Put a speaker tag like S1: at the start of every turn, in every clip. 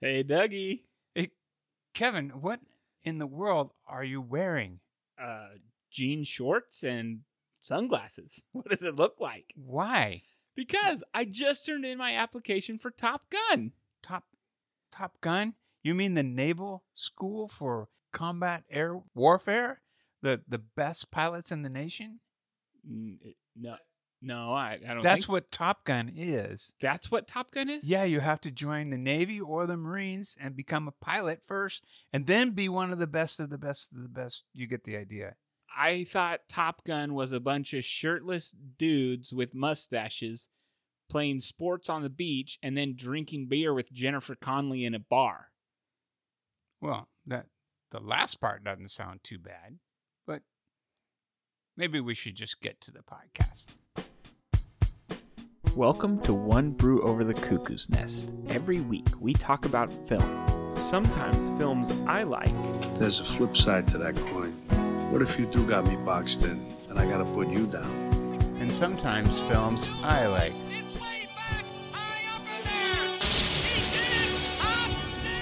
S1: Hey, Dougie.
S2: Kevin, what in the world are you wearing?
S1: Uh, jean shorts and sunglasses. What does it look like?
S2: Why?
S1: Because I just turned in my application for Top Gun.
S2: Top Top Gun? You mean the Naval School for Combat Air Warfare? The the best pilots in the nation?
S1: N- eh, No, no, I, I don't.
S2: That's
S1: think so.
S2: what Top Gun is.
S1: That's what Top Gun is.
S2: Yeah, you have to join the Navy or the Marines and become a pilot first and then be one of the best of the best of the best. You get the idea.
S1: I thought Top Gun was a bunch of shirtless dudes with mustaches playing sports on the beach and then drinking beer with Jennifer Connelly in a bar.
S2: Well, that the last part doesn't sound too bad, but maybe we should just get to the podcast.
S3: Welcome to One Brew Over the Cuckoo's Nest. Every week we talk about film. Sometimes films I like.
S4: There's a flip side to that coin. What if you do got me boxed in and I gotta put you down?
S2: And sometimes films I like.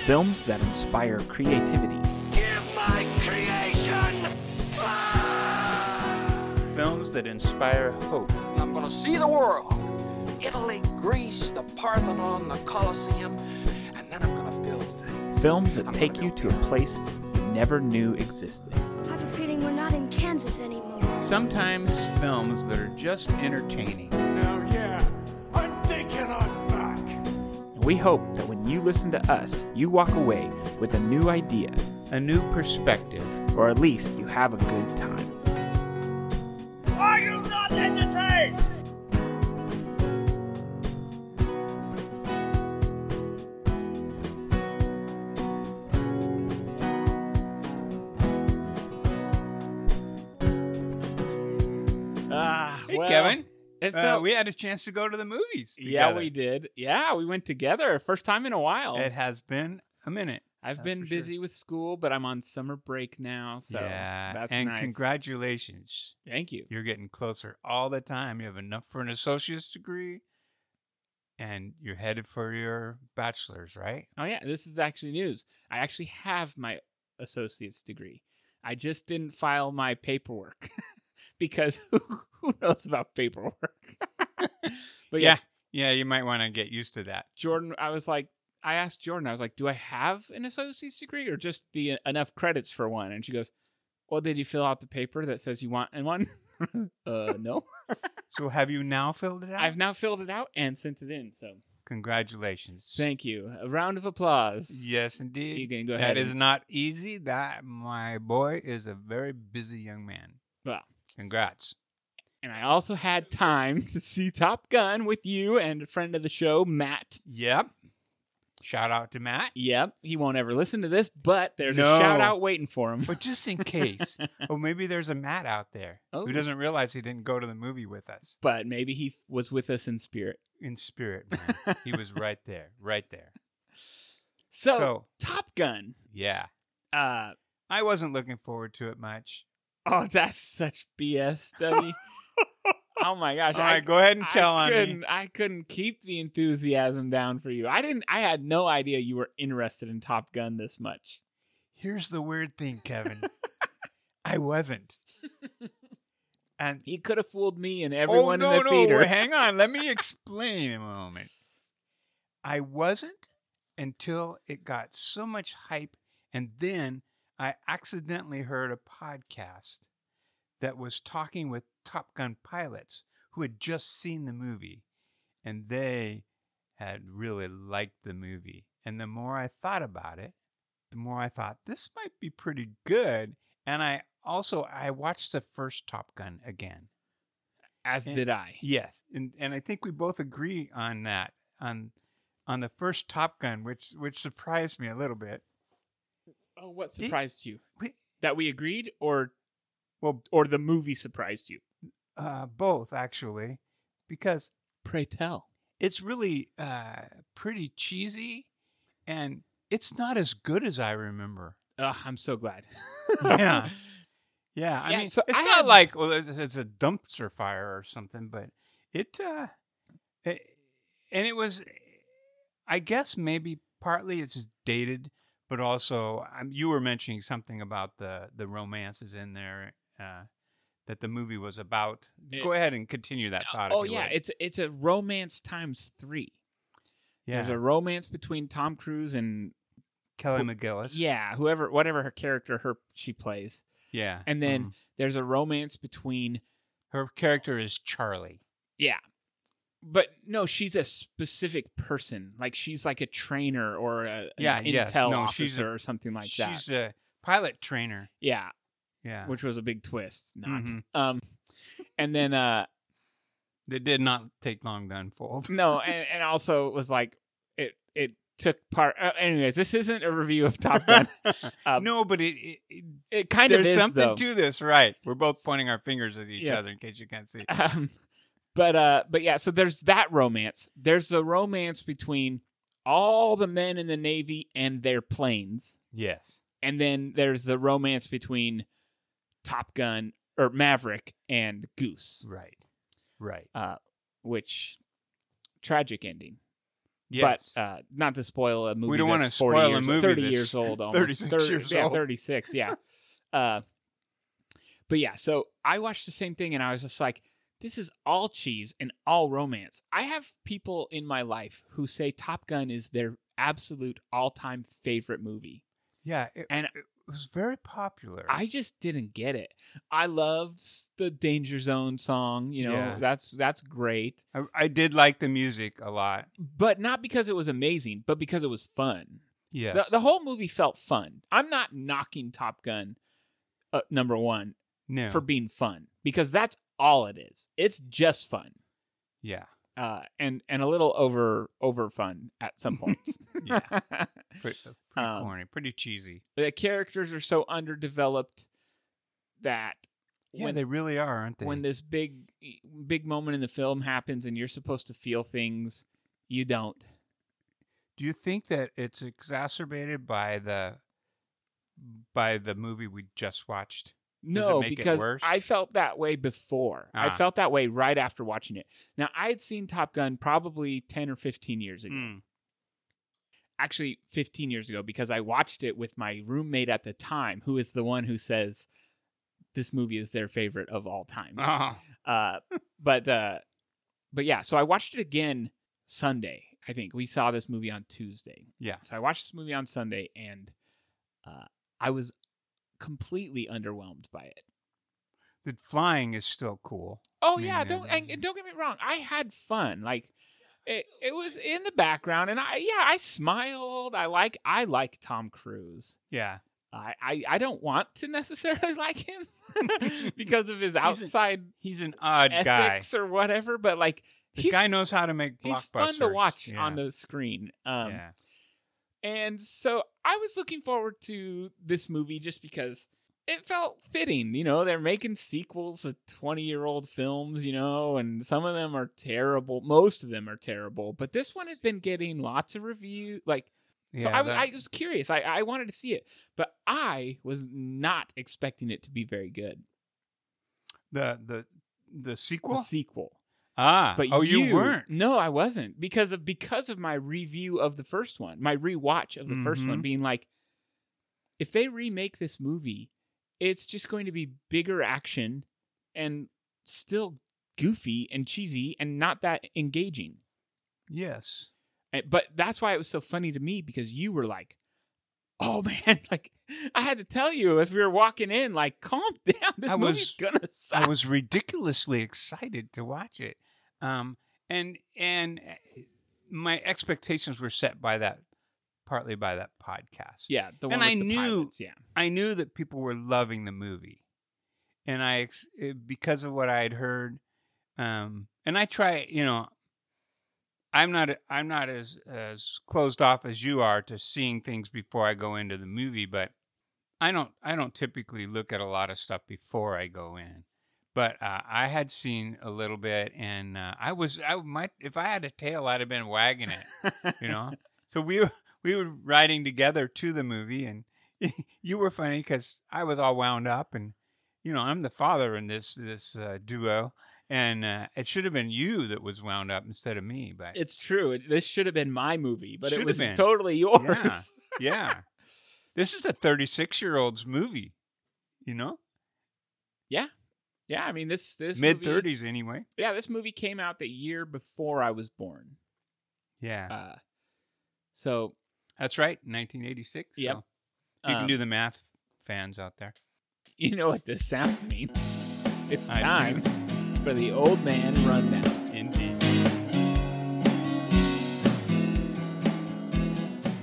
S3: Films that inspire creativity.
S2: Films that inspire hope.
S5: I'm going to see the world. Italy, Greece, the Parthenon, the Colosseum, and then I'm going to build things.
S3: Films that
S5: I'm
S3: take
S5: gonna
S3: you to
S5: go-
S3: a place you never knew existed.
S6: I have a feeling we're not in Kansas anymore.
S2: Sometimes films that are just entertaining.
S3: And we hope that when you listen to us, you walk away with a new idea,
S2: A new perspective.
S3: or at least you have a good time.
S1: Ah,
S2: Hey,
S1: well,
S2: Kevin.
S1: It
S2: Uh,
S1: felt,
S2: we had a chance to go to the movies.
S1: yeah,
S2: together.
S1: we did. Yeah, we went together. First time in a while.
S2: It has been a minute.
S1: I've
S2: that's
S1: been
S2: for sure.
S1: busy with school, but I'm on summer break now, so
S2: yeah,
S1: that's
S2: and
S1: nice.
S2: congratulations.
S1: Thank you.
S2: You're getting closer all the time. You have enough for an associate's degree, and you're headed for your bachelor's, right?
S1: Oh yeah, this is actually news. I actually have my associate's degree. I just didn't file my paperwork because who, who knows about paperwork? but yeah,
S2: yeah. You might want to get used to that.
S1: Jordan, I was like, I asked Jordan, I was like, do I have an associate's degree or just the uh, enough credits for one? And she goes, well, did you fill out the paper that says you want one? uh, no.
S2: So, have you now filled it out?
S1: I've now filled it out and sent it in. So
S2: Congratulations.
S1: thank you. A round of applause.
S2: Yes, indeed.
S1: You can go
S2: That
S1: ahead
S2: is
S1: and-
S2: not easy. That my boy is a very busy young man.
S1: Well,
S2: Congrats.
S1: And I also had time to see Top Gun with you and a friend of the show, Matt.
S2: Yep. Shout out to Matt.
S1: Yep, he won't ever listen to this, but there's
S2: No.
S1: a shout out waiting for him.
S2: But just in case, oh, maybe there's a Matt out there
S1: Oh.
S2: who doesn't realize he didn't go to the movie with us
S1: But maybe he was with us in spirit.
S2: in spirit. Man. he was right there, right there.
S1: So,
S2: So-
S1: Top Gun.
S2: Yeah,
S1: Uh,
S2: I wasn't looking forward to it much.
S1: oh, that's such BS, Dougie. oh my gosh!
S2: All right, go ahead and tell
S1: I
S2: on
S1: couldn't,
S2: me.
S1: I couldn't keep the enthusiasm down for you. I didn't. I had no idea you were interested in Top Gun this much.
S2: Here's the weird thing, Kevin. I wasn't. And
S1: You could have fooled me and everyone
S2: oh, no,
S1: in the
S2: no,
S1: theater.
S2: wait, hang on. Let me explain a moment. I wasn't until it got so much hype, and then I accidentally heard a podcast that was talking with Top Gun pilots who had just seen the movie, and they had really liked the movie. And the more I thought about it, the more I thought this might be pretty good. And I also I watched the first Top Gun again.
S1: As
S2: And-
S1: did I.
S2: Yes, and and I think we both agree on that on on the first Top Gun, which which surprised me a little bit.
S1: Oh, what
S2: Ye-
S1: surprised you?
S2: we-
S1: that we agreed, or
S2: Well,
S1: or the movie surprised you?
S2: uh, both actually, because
S1: Pray tell.
S2: it's really uh, pretty cheesy, and it's not as good as I remember.
S1: Ugh, I'm so glad.
S2: Yeah. Yeah, I
S1: Yeah,
S2: mean,
S1: so
S2: it's
S1: I
S2: not
S1: had-
S2: like well, it's, it's a dumpster fire or something, but it, uh, it, and it was, I guess maybe partly it's just dated, but also um, you were mentioning something about the the romances in there uh, that the movie was about.
S1: It-
S2: Go ahead and continue that thought. if
S1: oh
S2: you
S1: yeah,
S2: would.
S1: it's it's a romance times three.
S2: yeah.
S1: There's a romance between Tom Cruise and
S2: Kelly McGillis.
S1: yeah, whoever, whatever her character her she plays,
S2: yeah. mm-hmm.
S1: and then
S2: Mhm.
S1: there's a romance between
S2: her character is Charlie.
S1: yeah, but no, she's a specific person. Like she's like a trainer or a, an
S2: Yeah, yeah.
S1: intel
S2: No,
S1: officer
S2: she's a-
S1: or something like that.
S2: She's a pilot trainer.
S1: Yeah,
S2: Yeah,
S1: which was a big twist. Not
S2: Mhm.
S1: um, and then uh,
S2: that did not take long to unfold.
S1: no, and, and also it was like it it took part. Uh, anyways, this isn't a review of Top Gun. Uh,
S2: no, but it, it, it
S1: It kind
S2: there's
S1: of is
S2: something
S1: though.
S2: to this, right? We're both pointing our fingers at each
S1: Yes.
S2: other in case you can't see.
S1: um, but uh but yeah so there's that romance there's the romance between all the men in the navy and their planes
S2: Yes.
S1: and then there's the romance between top gun or maverick and goose
S2: Right. Right.
S1: which tragic ending
S2: Yes.
S1: but uh not to spoil a movie
S2: don't wanna
S1: that's 40
S2: spoil a
S1: years,
S2: movie
S1: 30
S2: that's
S1: years old almost
S2: 36
S1: Thirty-
S2: years
S1: yeah
S2: old.
S1: 36 yeah uh but yeah so i watched the same thing and i was just like this is all cheese and all romance i have people in my life who say top gun is their absolute all-time favorite movie
S2: yeah. It,
S1: and-
S2: it was very popular.
S1: i just didn't get it i loved the danger zone song you know
S2: Yeah.
S1: that's that's great
S2: I I did like the music a lot.
S1: but not because it was amazing but because it was fun
S2: Yes.
S1: The, the whole movie felt fun. I'm not knocking Top Gun uh, number one
S2: no.
S1: for being fun because that's all it is. It's just fun
S2: yeah.
S1: uh, and and a little over over fun at some points.
S2: Yeah. uh, Pretty, pretty
S1: Um,
S2: corny. Pretty cheesy.
S1: the characters are so underdeveloped that
S2: Yeah,
S1: when
S2: they really are, aren't they?
S1: when this big e, big moment in the film happens and you're supposed to feel things, you don't.
S2: Do you think that it's exacerbated by the by the movie we just watched? Does it
S1: No,
S2: make it
S1: because
S2: worse?
S1: I felt that way before.
S2: Ah.
S1: I felt that way right after watching it. Now I had seen Top Gun probably ten or fifteen years ago.
S2: Hmm.
S1: Actually, fifteen years ago because I watched it with my roommate at the time, who is the one who says this movie is their favorite of all time.
S2: Oh,
S1: Uh, but uh, but yeah, so I watched it again Sunday. I think we saw this movie on Tuesday.
S2: Yeah.
S1: So I watched this movie on Sunday, and uh, I was completely underwhelmed by it.
S2: the flying is still cool.
S1: Oh
S2: mean,
S1: yeah,
S2: yeah,
S1: don't
S2: that
S1: and,
S2: was-
S1: and don't get me wrong. I had fun. Like it, it was in the background, and I yeah, I smiled. I like I like Tom Cruise.
S2: Yeah,
S1: I I, I don't want to necessarily like him because of his outside
S2: he's an odd guy.
S1: ethics or whatever. But like
S2: The
S1: he's
S2: guy knows how to make
S1: he's
S2: blockbusters.
S1: fun to watch
S2: Yeah,
S1: on the screen. Um,
S2: yeah.
S1: and so I was looking forward to this movie just because it felt fitting. You know, they're making sequels to 20 year old films, you know, and some of them are terrible. Most of them are terrible. But this one had been getting lots of review. Like, so
S2: Yeah,
S1: I,
S2: that-
S1: I was curious. I, I wanted to see it, but I was not expecting it to be very good.
S2: the the the sequel.
S1: The sequel.
S2: ah,
S1: But
S2: oh, you, weren't.
S1: No, I wasn't because of because of my review of the first one, my rewatch of the first one,
S2: Mhm.
S1: being like, if they remake this movie, it's just going to be bigger action and still goofy and cheesy and not that engaging.
S2: Yes.
S1: And- But that's why it was so funny to me because you were like, "Oh man, like I had to tell you as we were walking in, like calm down, this
S2: I
S1: movie's
S2: was-
S1: gonna
S2: I
S1: suck."
S2: was ridiculously excited to watch it, um, and and uh, my expectations were set by that, partly by that podcast.
S1: yeah, the one
S2: and
S1: with
S2: I
S1: the
S2: knew-
S1: pilots, yeah.
S2: I knew that people were loving the movie, and I ex- it- because of what I had heard, um, and I try, you know, I'm not I'm not as as closed off as you are to seeing things before I go into the movie, but I don't I don't typically look at a lot of stuff before I go in. But uh, I had seen a little bit, and uh, I was I might if I had a tail, I'd have been wagging it, you know. so we were we were riding together to the movie, and you were funny because I was all wound up, and you know I'm the father in this this uh, duo, and uh, it should have been you that was wound up instead of me. But
S1: It's true. It- This should have been my movie, but it
S2: Should have
S1: was
S2: been.
S1: totally yours.
S2: yeah, yeah, this is a 36 year old's movie. You know,
S1: Yeah, I mean this this
S2: mid
S1: movie-
S2: 30s anyway.
S1: Yeah, this movie came out the year before I was born.
S2: Yeah,
S1: Uh, so
S2: that's right, 1986.
S1: Yep.
S2: so you
S1: um,
S2: can do the math, fans out there.
S1: You know what this sound means? It's
S2: I do.
S1: time for the old man rundown.
S2: Indeed.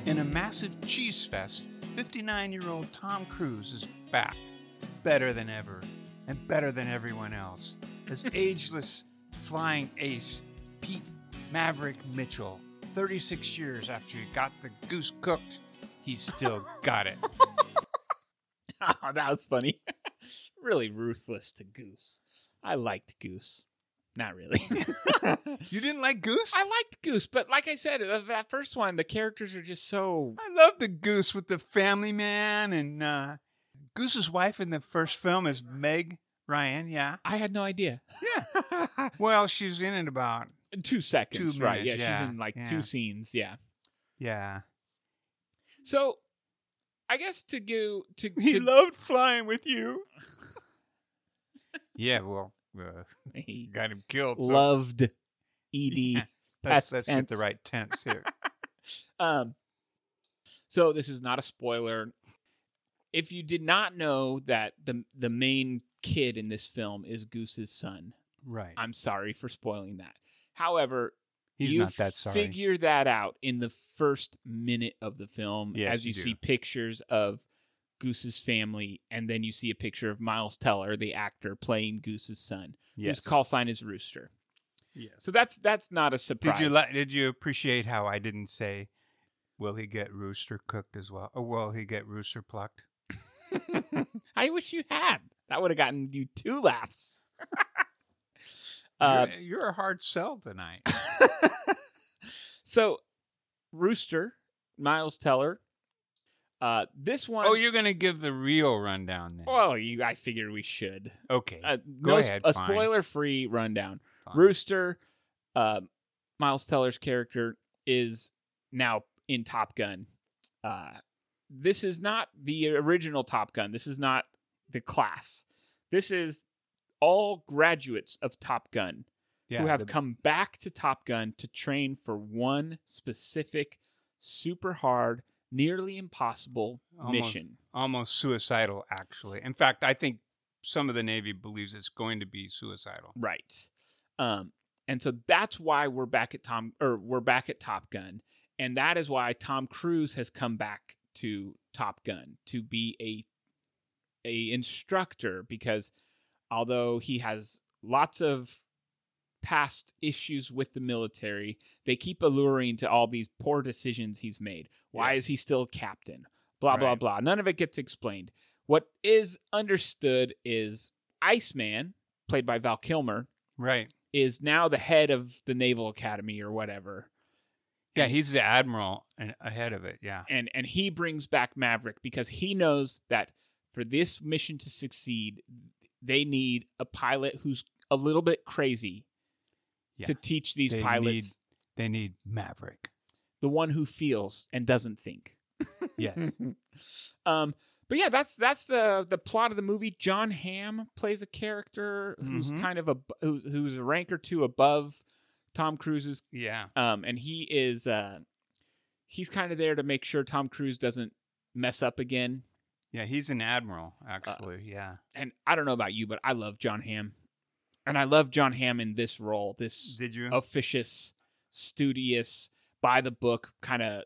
S2: In a massive cheese fest, 59 year old Tom Cruise is back, better than ever, and better than everyone else, as ageless flying ace Pete Maverick Mitchell. 36 years after he got the goose cooked, he's still got it.
S1: Oh, that was funny. really ruthless to Goose. I liked Goose. Not really.
S2: You didn't like goose?
S1: I liked Goose, but like I said, of that first one, the characters are just so
S2: I love the goose with the family man and uh, Goose's wife in the first film is Meg Ryan. Yeah,
S1: I had no idea. Yeah.
S2: Well, she's in it about
S1: two seconds,
S2: Two
S1: right?
S2: minutes,
S1: yeah, she's
S2: yeah,
S1: in like
S2: yeah.
S1: two scenes, yeah.
S2: yeah.
S1: So I guess to go to,
S2: He
S1: to
S2: loved flying with you. yeah, well, uh,
S1: he
S2: got him killed. so
S1: loved E Ed.
S2: let's
S1: past
S2: let's get the
S1: tense.
S2: right tense here.
S1: Um, so this is not a spoiler. If you did not know that the the main kid in this film is Goose's son,
S2: right,
S1: I'm sorry for spoiling that. However,
S2: he's
S1: you
S2: not that sorry.
S1: Figure that out in the first minute of the film
S2: Yes,
S1: as
S2: you
S1: you,
S2: do.
S1: see pictures of Goose's family, and then you see a picture of Miles Teller, the actor playing Goose's son,
S2: yes.
S1: whose call sign is Rooster.
S2: yes.
S1: So that's that's not a
S2: Did
S1: surprise.
S2: you li- did you appreciate how I didn't say, "Will he get rooster cooked as well?" Or will he get rooster plucked?
S1: I wish you had. That would have gotten you two laughs. Uh,
S2: you're, you're a hard sell tonight.
S1: so, Rooster, Miles Teller. Uh, this one
S2: oh, you're gonna give the real rundown then?
S1: well, you. I figure we should.
S2: okay.
S1: Uh,
S2: Go
S1: no,
S2: ahead,
S1: A
S2: fine.
S1: spoiler-free rundown.
S2: fine.
S1: Rooster, uh, Miles Teller's character is now in Top Gun. Uh, this is not the original Top Gun. This is not the class. This is all graduates of Top Gun
S2: Yeah,
S1: who have
S2: the-
S1: come back to Top Gun to train for one specific, super hard, nearly impossible
S2: Almost-
S1: mission.
S2: almost suicidal actually in fact i think some of the navy believes it's going to be suicidal
S1: Right. Um, and so that's why we're back at Tom or we're back at Top Gun. And that is why Tom Cruise has come back to Top Gun to be a a instructor because although he has lots of past issues with the military, they keep alluring to all these poor decisions he's made. Why
S2: Yeah.
S1: is he still captain? Blah blah
S2: Right.
S1: blah. None of it gets explained. What is understood is Iceman, played by Val Kilmer,
S2: right
S1: is now the head of the Naval Academy or whatever.
S2: yeah he's the admiral and ahead of it yeah
S1: And and he brings back Maverick because he knows that for this mission to succeed, they need a pilot who's a little bit crazy
S2: Yeah.
S1: to teach these
S2: They
S1: pilots
S2: need- they need maverick
S1: the one who feels and doesn't think.
S2: yes
S1: Um, but yeah, that's that's the the plot of the movie. John Hamm plays a character who's
S2: Mhm.
S1: kind of a who, who's a rank or two above Tom Cruise's,
S2: yeah
S1: um, and he is uh, he's kind of there to make sure Tom Cruise doesn't mess up again.
S2: yeah he's an admiral actually yeah
S1: And I don't know about you, but I love John Hamm, and I love John Hamm in this role, this
S2: did you
S1: officious, studious, by the book kind of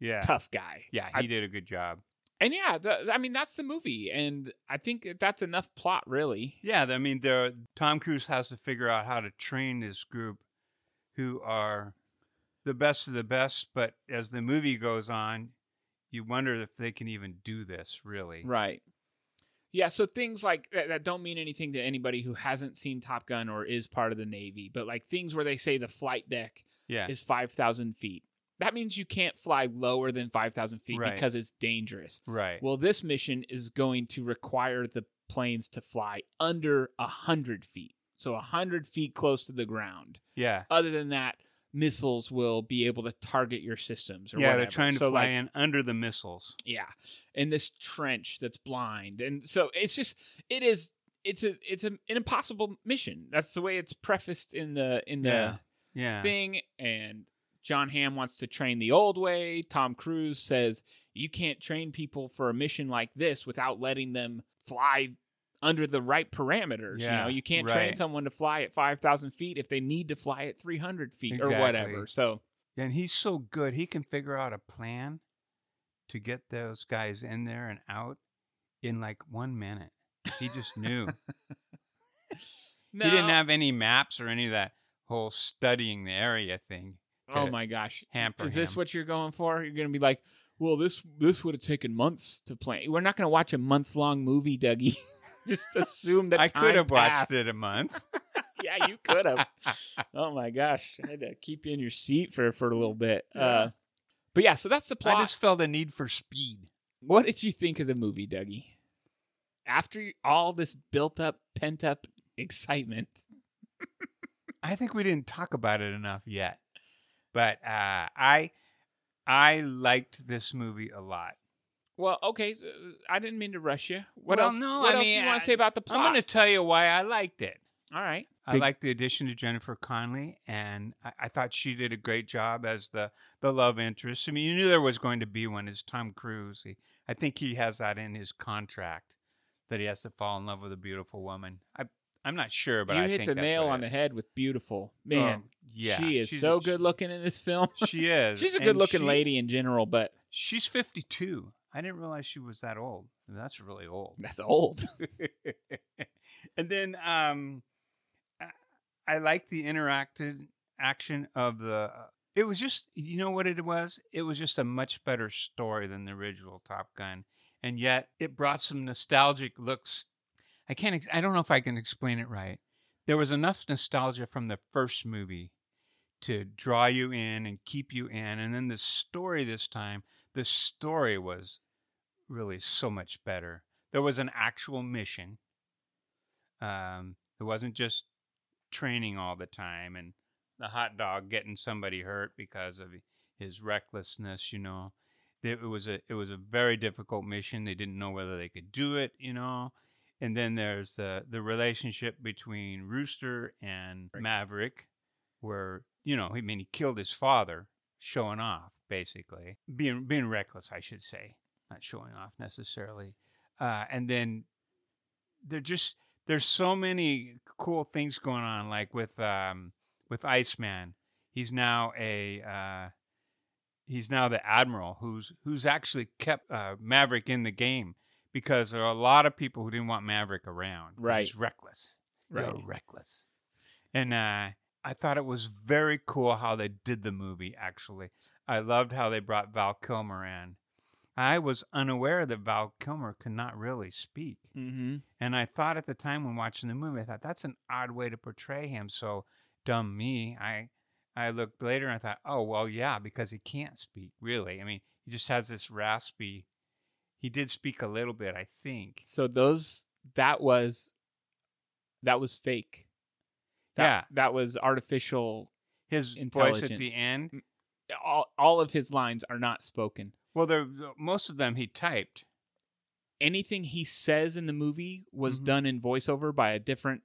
S2: yeah
S1: tough guy.
S2: yeah he
S1: I-
S2: did a good job
S1: And yeah, the, I mean that's the movie, and I think that's enough plot, really.
S2: yeah i mean the tom cruise has to figure out how to train this group who are the best of the best but as the movie goes on you wonder if they can even do this really
S1: Right. Yeah, so things like that, that don't mean anything to anybody who hasn't seen Top Gun or is part of the Navy, but like things where they say the flight deck
S2: yeah
S1: is 5,000 feet. That means you can't fly lower than 5,000 feet
S2: Right.
S1: because it's dangerous.
S2: Right.
S1: Well, this mission is going to require the planes to fly under 100 feet. so 100 feet close to the ground.
S2: Yeah.
S1: Other than that, missiles will be able to target your systems or
S2: yeah, they're
S1: whatever.
S2: trying to
S1: So,
S2: fly
S1: like,
S2: in under the missiles.
S1: yeah in this trench that's blind and so it's just it is it's a it's a, an impossible mission that's the way it's prefaced in the in the
S2: Yeah. Yeah.
S1: thing and john Hamm wants to train the old way tom cruise says you can't train people for a mission like this without letting them fly under the right parameters you
S2: Yeah,
S1: know you can't train
S2: right.
S1: someone to fly at 5000 feet if they need to fly at 300 feet or whatever
S2: Exactly.
S1: so
S2: And he's so good, he can figure out a plan to get those guys in there and out in like one minute. He just knew.
S1: no.
S2: He didn't have any maps or any of that whole studying the area thing.
S1: oh
S2: to
S1: my gosh
S2: hamper
S1: is this
S2: him.
S1: what you're going for you're going to be like well this this would have taken months to plan we're not going to watch a month long movie dougie just assume that
S2: I
S1: time
S2: could have watched
S1: passed.
S2: it a month.
S1: yeah you could have oh my gosh i had to keep you in your seat for for a little bit uh but yeah so that's the plot
S2: I just felt a need for speed.
S1: what did you think of the movie dougie after all this built up pent up excitement
S2: I think we didn't talk about it enough yet. But uh, I I liked this movie a lot.
S1: well okay so uh, i didn't mean to rush you what
S2: Well,
S1: else
S2: no,
S1: what
S2: I
S1: else do
S2: mean,
S1: you want
S2: I-
S1: to say about the plot
S2: I'm going to tell you why I liked it.
S1: all right
S2: I
S1: Big-
S2: liked the addition to Jennifer Connelly, and I, I thought she did a great job as the, the love interest. I mean, you knew there was going to be one. It's Tom Cruise. He, I think he has that in his contract that he has to fall in love with a beautiful woman. I, I'm not sure, but
S1: you
S2: I
S1: hit
S2: think
S1: the
S2: that's
S1: nail
S2: what
S1: on
S2: it
S1: the
S2: is.
S1: head with beautiful man.
S2: Oh, yeah,
S1: she is
S2: she's-
S1: so good looking in this film.
S2: She is.
S1: She's a
S2: and
S1: good looking
S2: she-
S1: lady in general, but
S2: She's 52. I didn't realize she was that old. That's really old.
S1: that's old.
S2: and then um, I, I like the interacted action of the. uh, It was just, you know what it was? It was just a much better story than the original Top Gun, and yet it brought some nostalgic looks. I can't. Ex- I don't know if I can explain it right. There was enough nostalgia from the first movie to draw you in and keep you in, and then the story this time. The story was really so much better. There was an actual mission. Um, it wasn't just training all the time and the hot dog getting somebody hurt because of his recklessness. You know, it was a it was a very difficult mission. They didn't know whether they could do it. You know, and then there's the the relationship between Rooster and Maverick, where you know, I mean, he killed his father, showing off basically, being being reckless, I should say not showing off necessarily. Uh, and then they're just there's so many cool things going on, like with um, with Iceman. He's now a uh, he's now the admiral who's who's actually kept uh, Maverick in the game because there are a lot of people who didn't want Maverick around. 'cause
S1: Right.
S2: he's reckless,
S1: Right.
S2: You're reckless. And uh, I thought it was very cool how they did the movie. Actually, I loved how they brought Val Kilmer in. I was unaware that Val Kilmer could not really speak.
S1: mm-hmm.
S2: And I thought at the time when watching the movie, I thought that's an odd way to portray him. So dumb me. I I looked later and I thought, oh well, yeah, because he can't speak really. I mean, he just has this raspy. He did speak a little bit, I think.
S1: So those that was that was fake. That,
S2: Yeah.
S1: that was artificial.
S2: His voice at
S1: Intelligence.
S2: the end.
S1: All all of his lines are not spoken.
S2: Well, there most of them he typed.
S1: Anything he says in the movie was
S2: Mhm.
S1: done in voiceover by a different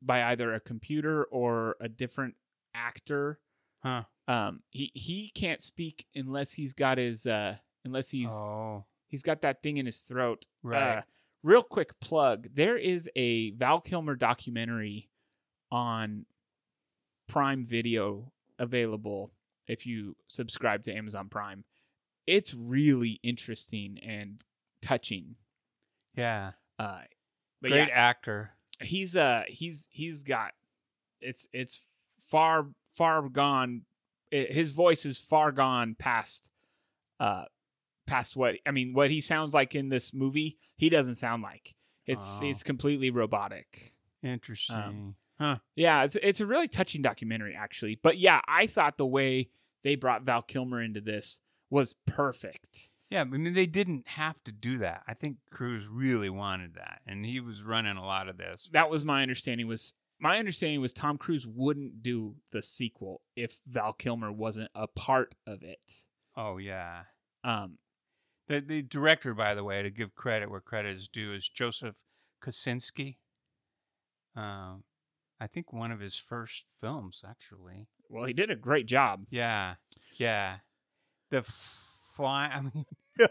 S1: by either a computer or a different actor.
S2: Huh.
S1: Um, he he can't speak unless he's got his uh unless he's
S2: oh,
S1: He's got that thing in his throat.
S2: Right.
S1: Uh, real quick plug: there is a Val Kilmer documentary on Prime Video available if you subscribe to Amazon Prime. It's really interesting and touching.
S2: yeah.
S1: Uh, but
S2: Great
S1: yeah,
S2: actor.
S1: he's uh he's he's got it's it's far far gone. i his voice is far gone past uh past what I mean what he sounds like in this movie. He doesn't sound like it's
S2: Oh.
S1: it's completely robotic.
S2: Um, Interesting.
S1: Yeah, it's it's a really touching documentary actually. But yeah, I thought the way they brought Val Kilmer into this was perfect.
S2: Yeah, I mean they didn't have to do that. I think Cruz really wanted that, and he was running a lot of this.
S1: That was my understanding was my understanding was Tom Cruise wouldn't do the sequel if Val Kilmer wasn't a part of it.
S2: Oh yeah.
S1: Um,
S2: The the director, by the way, to give credit where credit is due, is Joseph Kosinski. Um, I think one of his first films, actually.
S1: well, he did a great job.
S2: Yeah, yeah. The fly. I mean,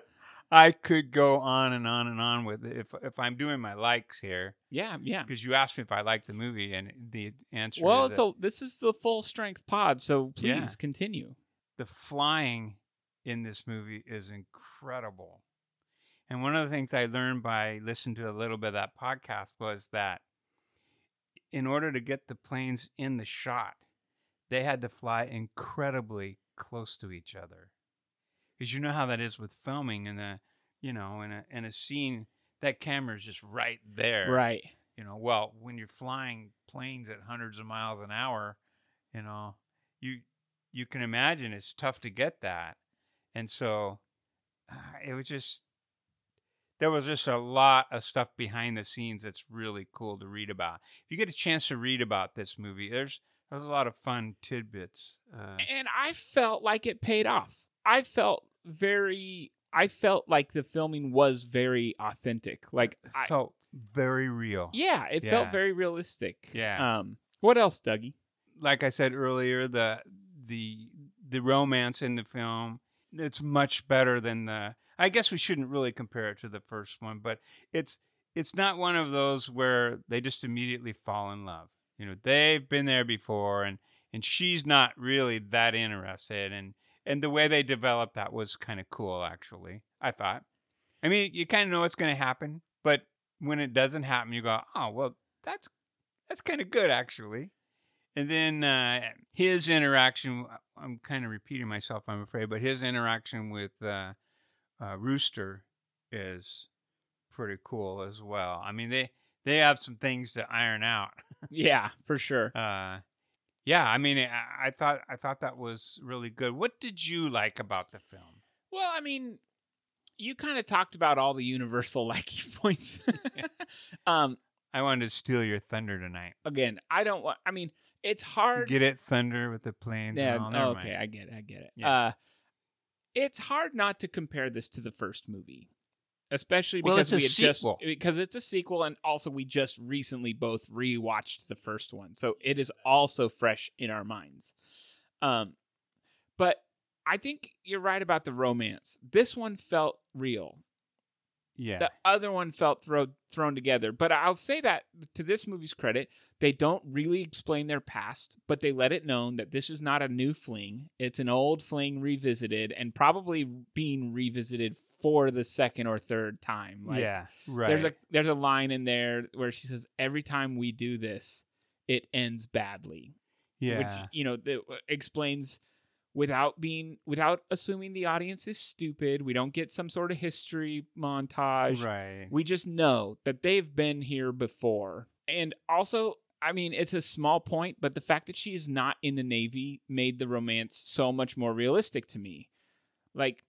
S2: I could go on and on and on with it if if I'm doing my likes here
S1: Yeah, yeah.
S2: because you asked me if I liked the movie and the answer.
S1: Well,
S2: is
S1: it's a, this is the full strength pod, so please
S2: Yeah.
S1: continue.
S2: the flying in this movie is incredible. And one of the things I learned by listening to a little bit of that podcast was that in order to get the planes in the shot, they had to fly incredibly close to each other. Because you know how that is with filming in a you know, in a in a scene that camera is just right there.
S1: Right.
S2: You know, well, when you're flying planes at hundreds of miles an hour, you know, you you can imagine it's tough to get that. And so uh, it was just there was just a lot of stuff behind the scenes that's really cool to read about. If you get a chance to read about this movie, there's there's a lot of fun tidbits. Uh,
S1: And I felt like it paid off. I felt very. I felt like the filming was very authentic. Like, I,
S2: felt very real.
S1: yeah, it
S2: Yeah.
S1: felt very realistic.
S2: Yeah.
S1: Um. What else, Dougie?
S2: like I said earlier, the the the romance in the film it's much better than the. I guess we shouldn't really compare it to the first one, but it's it's not one of those where they just immediately fall in love. You know, they've been there before, and and she's not really that interested, and and the way they developed that was kind of cool, actually. I thought. I mean, you kind of know what's going to happen, but when it doesn't happen, you go, oh well, that's that's kind of good, actually. And then uh, his interaction, I'm kind of repeating myself, I'm afraid, but his interaction with uh, uh, Rooster is pretty cool as well. I mean, they, they have some things to iron out.
S1: yeah, for sure.
S2: Uh, yeah, I mean, I, I thought I thought that was really good. What did you like about the film?
S1: Well, I mean, you kind of talked about all the universal liking points. um,
S2: I wanted to steal your thunder tonight.
S1: again, I don't want. I mean, it's hard.
S2: Get it, thunder with the planes.
S1: yeah.
S2: and all.
S1: oh,
S2: Never
S1: okay,
S2: mind.
S1: I get it. I get it.
S2: Yeah.
S1: Uh, it's hard not to compare this to the first movie, especially
S2: Well,
S1: because
S2: it's a
S1: we had just
S2: sequel.
S1: because it's a sequel, and also we just recently both rewatched the first one, so it is also fresh in our minds. Um, but I think you're right about the romance. This one felt real.
S2: yeah,
S1: The other one felt throw, thrown together. But I'll say that to this movie's credit, they don't really explain their past, but they let it known that this is not a new fling. It's an old fling revisited and probably being revisited for the second or third time. Like,
S2: yeah, right.
S1: There's a there's a line in there where she says, "Every time we do this, it ends badly."
S2: yeah,
S1: which you know that uh, explains without being without assuming the audience is stupid we don't get some sort of history montage
S2: right.
S1: we just know that they've been here before and also i mean it's a small point but the fact that she is not in the navy made the romance so much more realistic to me like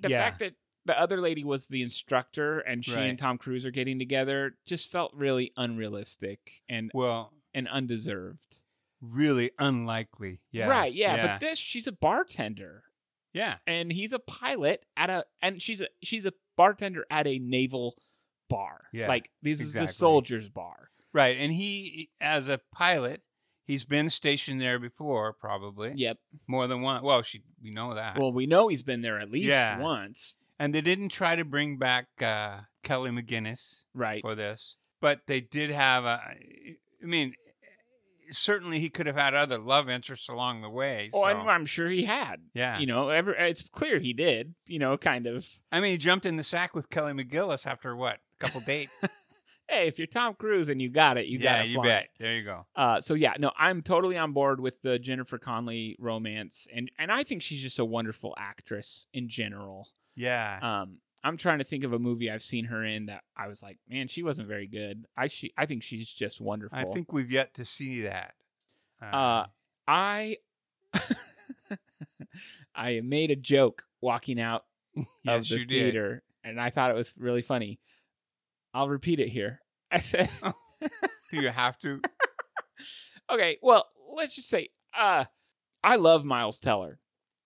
S1: the
S2: Yeah.
S1: fact that the other lady was the instructor and she
S2: Right.
S1: and tom cruise are getting together just felt really unrealistic and
S2: well,
S1: and undeserved
S2: really unlikely. Yeah.
S1: Right. Yeah,
S2: Yeah.
S1: But this, she's a bartender,
S2: yeah.
S1: and he's a pilot at a, and she's a she's a bartender at a naval bar.
S2: Yeah,
S1: Like this is
S2: exactly.
S1: the soldiers' bar.
S2: Right. And he, as a pilot, he's been stationed there before, probably.
S1: Yep.
S2: More than one. Well, she, we know that.
S1: Well, we know he's been there at least
S2: Yeah.
S1: once.
S2: and they didn't try to bring back uh, Kelly McGinnis
S1: Right.
S2: for this, but they did have a. I mean, certainly he could have had other love interests along the way.
S1: Oh, and
S2: so-
S1: I'm sure he had.
S2: yeah.
S1: You know, every, it's clear he did. You know, kind of.
S2: I mean, he jumped in the sack with Kelly McGillis after what? A couple dates.
S1: Hey, if you're Tom Cruise and you got it, you
S2: yeah,
S1: got it.
S2: you bet. There you go.
S1: Uh, so yeah, no, I'm totally on board with the Jennifer Conley romance, and and I think she's just a wonderful actress in general.
S2: Yeah.
S1: Um, I'm trying to think of a movie I've seen her in that I was like, man, she wasn't very good. I she I think she's just wonderful.
S2: I think we've yet to see that. Um,
S1: Uh, I I made a joke walking out of
S2: yes,
S1: the
S2: you did.
S1: theater, and I thought it was really
S2: Oh.
S1: funny. I'll repeat it here. I said,
S2: Do you have to?
S1: okay, well, let's just say uh I love Miles Teller.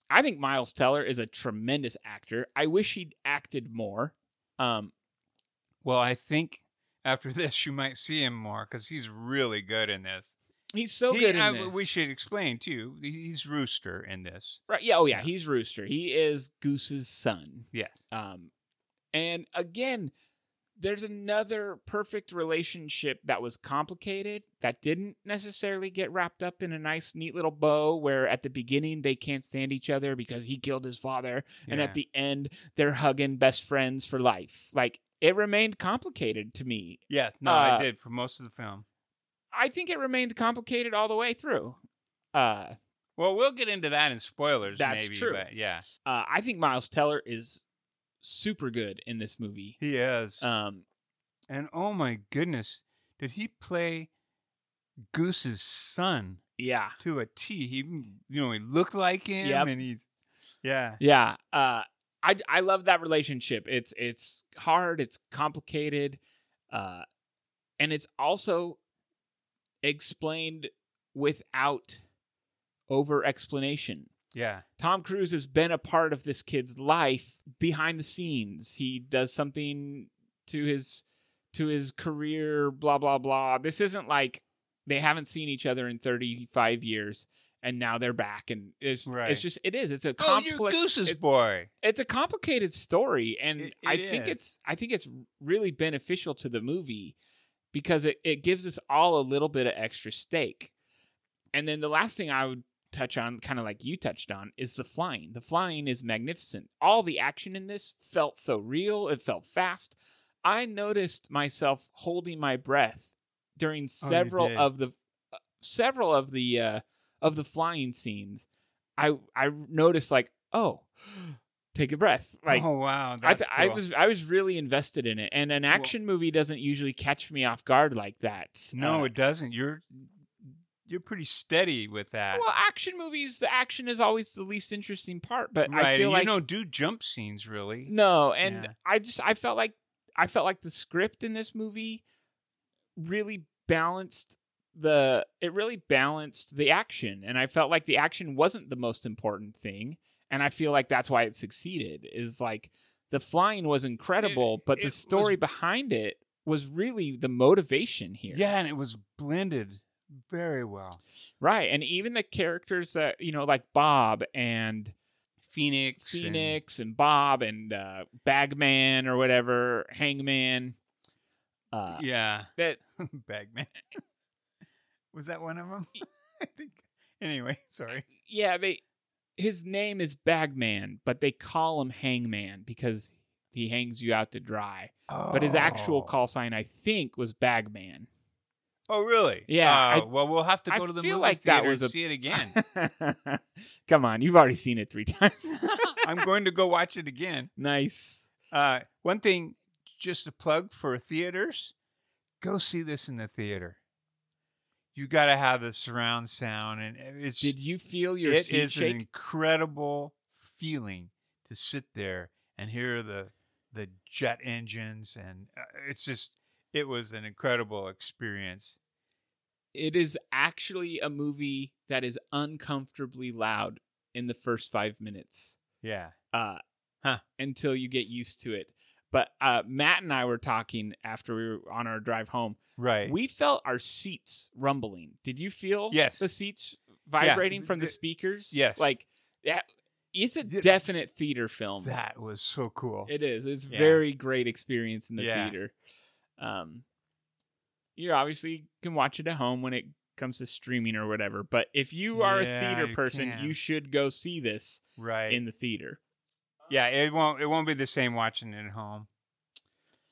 S1: I think Miles Teller is a tremendous actor. I wish he'd acted more. Um
S2: Well, I think after this, you might see him more because he's really good in this.
S1: he's so
S2: He-
S1: good in
S2: I-
S1: this.
S2: We should explain too. He's Rooster in this.
S1: Right. Yeah, oh yeah, he's Rooster. He is Goose's son.
S2: Yes.
S1: Um, and again, there's another perfect relationship that was complicated that didn't necessarily get wrapped up in a nice, neat little bow. Where at the beginning they can't stand each other because he killed his father, and
S2: Yeah.
S1: at the end they're hugging best friends for life. Like it remained complicated to me.
S2: Yeah. No,
S1: uh,
S2: I did for most of the film.
S1: I think it remained complicated all the way through. Uh,
S2: Well, we'll get into that in spoilers.
S1: That's
S2: maybe,
S1: true.
S2: But yeah,
S1: uh, I think Miles Teller is super good in this movie.
S2: he is.
S1: Um,
S2: and oh my goodness, did he play Goose's son
S1: yeah.
S2: to a T? He, even- you know, he looked like him,
S1: Yep.
S2: and he's yeah.
S1: Yeah. Uh I I love that relationship. It's it's hard, it's complicated, uh and it's also explained without over explanation.
S2: Yeah.
S1: Tom Cruise has been a part of this kid's life behind the scenes. He does something to his to his career blah blah blah. This isn't like they haven't seen each other in 35 years and now they're back and it's
S2: Right.
S1: it's just it is it's a
S2: Oh, you're
S1: complex
S2: Goose's
S1: it's-
S2: boy.
S1: it's a complicated story and
S2: It-
S1: i
S2: it
S1: think
S2: is.
S1: it's i think it's really beneficial to the movie because it, it gives us all a little bit of extra stake and then the last thing i would touch on kind of like you touched on is the flying the flying is magnificent all the action in this felt so real it felt fast i noticed myself holding my breath during several
S2: Oh, did.
S1: of the uh, several of the uh of the flying scenes i i noticed like oh take a breath like
S2: oh wow,
S1: I,
S2: that's
S1: th- I
S2: cool.
S1: was I was really invested in it, and an action movie doesn't usually catch me off guard like that.
S2: No,
S1: Uh,
S2: it doesn't. You're you're pretty steady with that.
S1: well, action movies, the action is always the least interesting part. But
S2: right.
S1: I feel
S2: and
S1: like
S2: you don't do jump scenes really.
S1: no, and
S2: Yeah.
S1: I just I felt like I felt like the script in this movie really balanced the it really balanced the action, and I felt like the action wasn't the most important thing, and I feel like that's why it succeeded. Is like the flying was incredible, but
S2: it
S1: the
S2: was-
S1: story behind it was really the motivation here.
S2: Yeah, and it was blended very well.
S1: Right. And even the characters that, you know, like Bob and
S2: Phoenix. and-
S1: Phoenix and Bob and uh, Bagman or whatever, Hangman. Uh,
S2: yeah.
S1: that
S2: Bagman. was that one of them? I think. Anyway, sorry.
S1: yeah, they his name is Bagman, but they call him Hangman because he hangs you out to dry. But his actual call sign, I think, was Bagman.
S2: Oh, really?
S1: Yeah,
S2: Uh,
S1: I-
S2: well, we'll have to
S1: I
S2: go to the
S1: feel
S2: movie
S1: like that
S2: theater
S1: was
S2: and
S1: a-
S2: see it again.
S1: Come on, you've already seen it three times.
S2: I'm going to go watch it again.
S1: nice.
S2: Uh, one thing, just a plug for theaters: go see this in the theater. You got to have the surround sound, and it's
S1: Did you feel your
S2: it
S1: seat
S2: is
S1: shake?
S2: an incredible feeling to sit there and hear the the jet engines, and uh, it's just it was an incredible experience.
S1: it is actually a movie that is uncomfortably loud in the first five minutes
S2: Yeah,
S1: uh,
S2: Huh.
S1: until you get used to it. But uh, Matt and I were talking after we were on our drive home.
S2: right.
S1: We felt our seats rumbling. Did you feel
S2: Yes.
S1: the seats vibrating from the
S2: Th-
S1: speakers?
S2: yes.
S1: Like, that, it's a
S2: Th-
S1: definite theater film.
S2: that was so cool.
S1: It is. It's
S2: Yeah.
S1: very great experience in the
S2: Yeah.
S1: theater. Um, you obviously can watch it at home when it comes to streaming or whatever. But if you are
S2: Yeah,
S1: a theater
S2: you
S1: person,
S2: can.
S1: you should go see this
S2: right.
S1: in the theater.
S2: yeah, it won't it won't be the same watching it at home.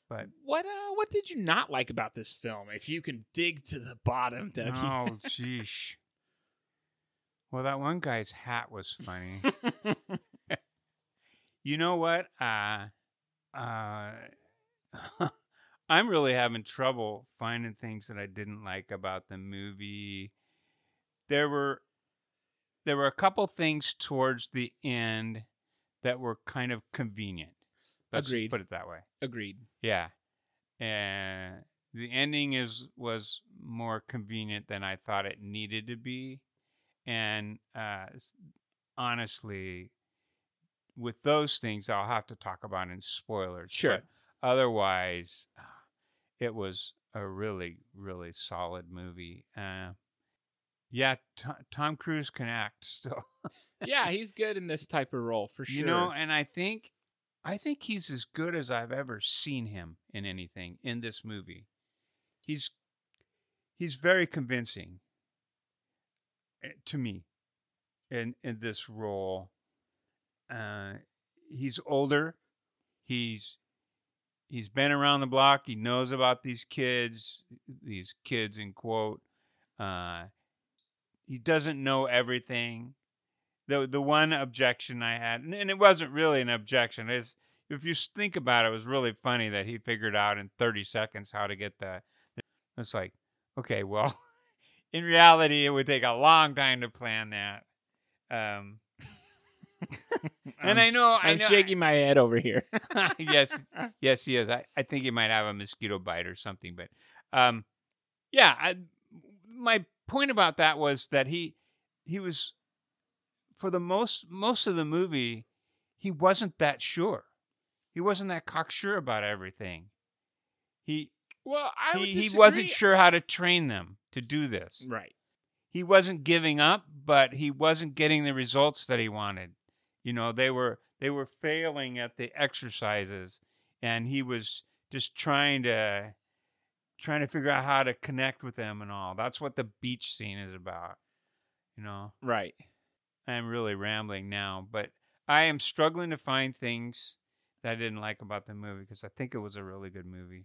S2: But
S1: What uh, what did you not like about this film? If you can dig to the bottom, Dougie.
S2: oh, jeesh. Well, that one guy's hat was funny. you know what? Uh, uh, I'm really having trouble finding things that I didn't like about the movie. There were there were a couple things towards the end that were kind of convenient. Let's just
S1: Agreed.
S2: put it that way.
S1: Agreed.
S2: Yeah. And the ending is was more convenient than I thought it needed to be, and uh, s- honestly, with those things I'll have to talk about in spoilers.
S1: Sure.
S2: but otherwise, ah, it was a really really solid movie. Uh, yeah, Tom, Tom Cruise can act still.
S1: yeah, he's good in this type of role for sure.
S2: You know, and I think I think he's as good as I've ever seen him in anything in this movie. He's he's very convincing eh, to me in in this role. Uh he's older. He's he's been around the block. He knows about these kids, these kids in quote. Uh he doesn't know everything the the one objection I had, and, and it wasn't really an objection. Is if you s- think about it, it was really funny that he figured out in 30 seconds how to get the. It's like, okay, well, in reality, it would take a long time to plan that. Um, and I know, I
S1: I'm
S2: know,
S1: shaking my head over here.
S2: yes, yes, he is. I, I think he might have a mosquito bite or something, but um, yeah. I, my point about that was that he he was for the most most of the movie he wasn't that sure. He wasn't that cocksure about everything. He
S1: Well, I would
S2: he, he
S1: disagree.
S2: wasn't sure how to train them to do this.
S1: Right.
S2: He wasn't giving up, but he wasn't getting the results that he wanted. You know, they were they were failing at the exercises and he was just trying to trying to figure out how to connect with them and all. That's what the beach scene is about. You know.
S1: Right.
S2: I'm really rambling now, but I am struggling to find things that I didn't like about the movie because I think it was a really good movie.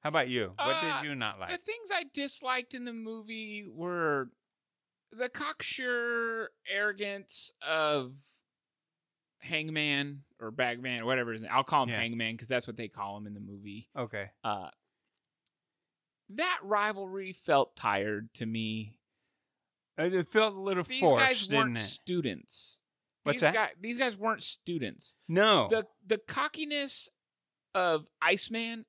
S2: How about you? what
S1: Uh,
S2: did you not like?
S1: The things I disliked in the movie were the cocksure arrogance of Hangman or Bagman, whatever his name. I'll call him
S2: Yeah.
S1: Hangman because that's what they call him in the movie.
S2: okay.
S1: Uh, that rivalry felt tired to me.
S2: It it felt a little
S1: These
S2: forced,
S1: guys
S2: didn't
S1: weren't
S2: it?
S1: students.
S2: What's
S1: these
S2: that? Oh.
S1: guy- these guys weren't students.
S2: no.
S1: the the cockiness of Iceman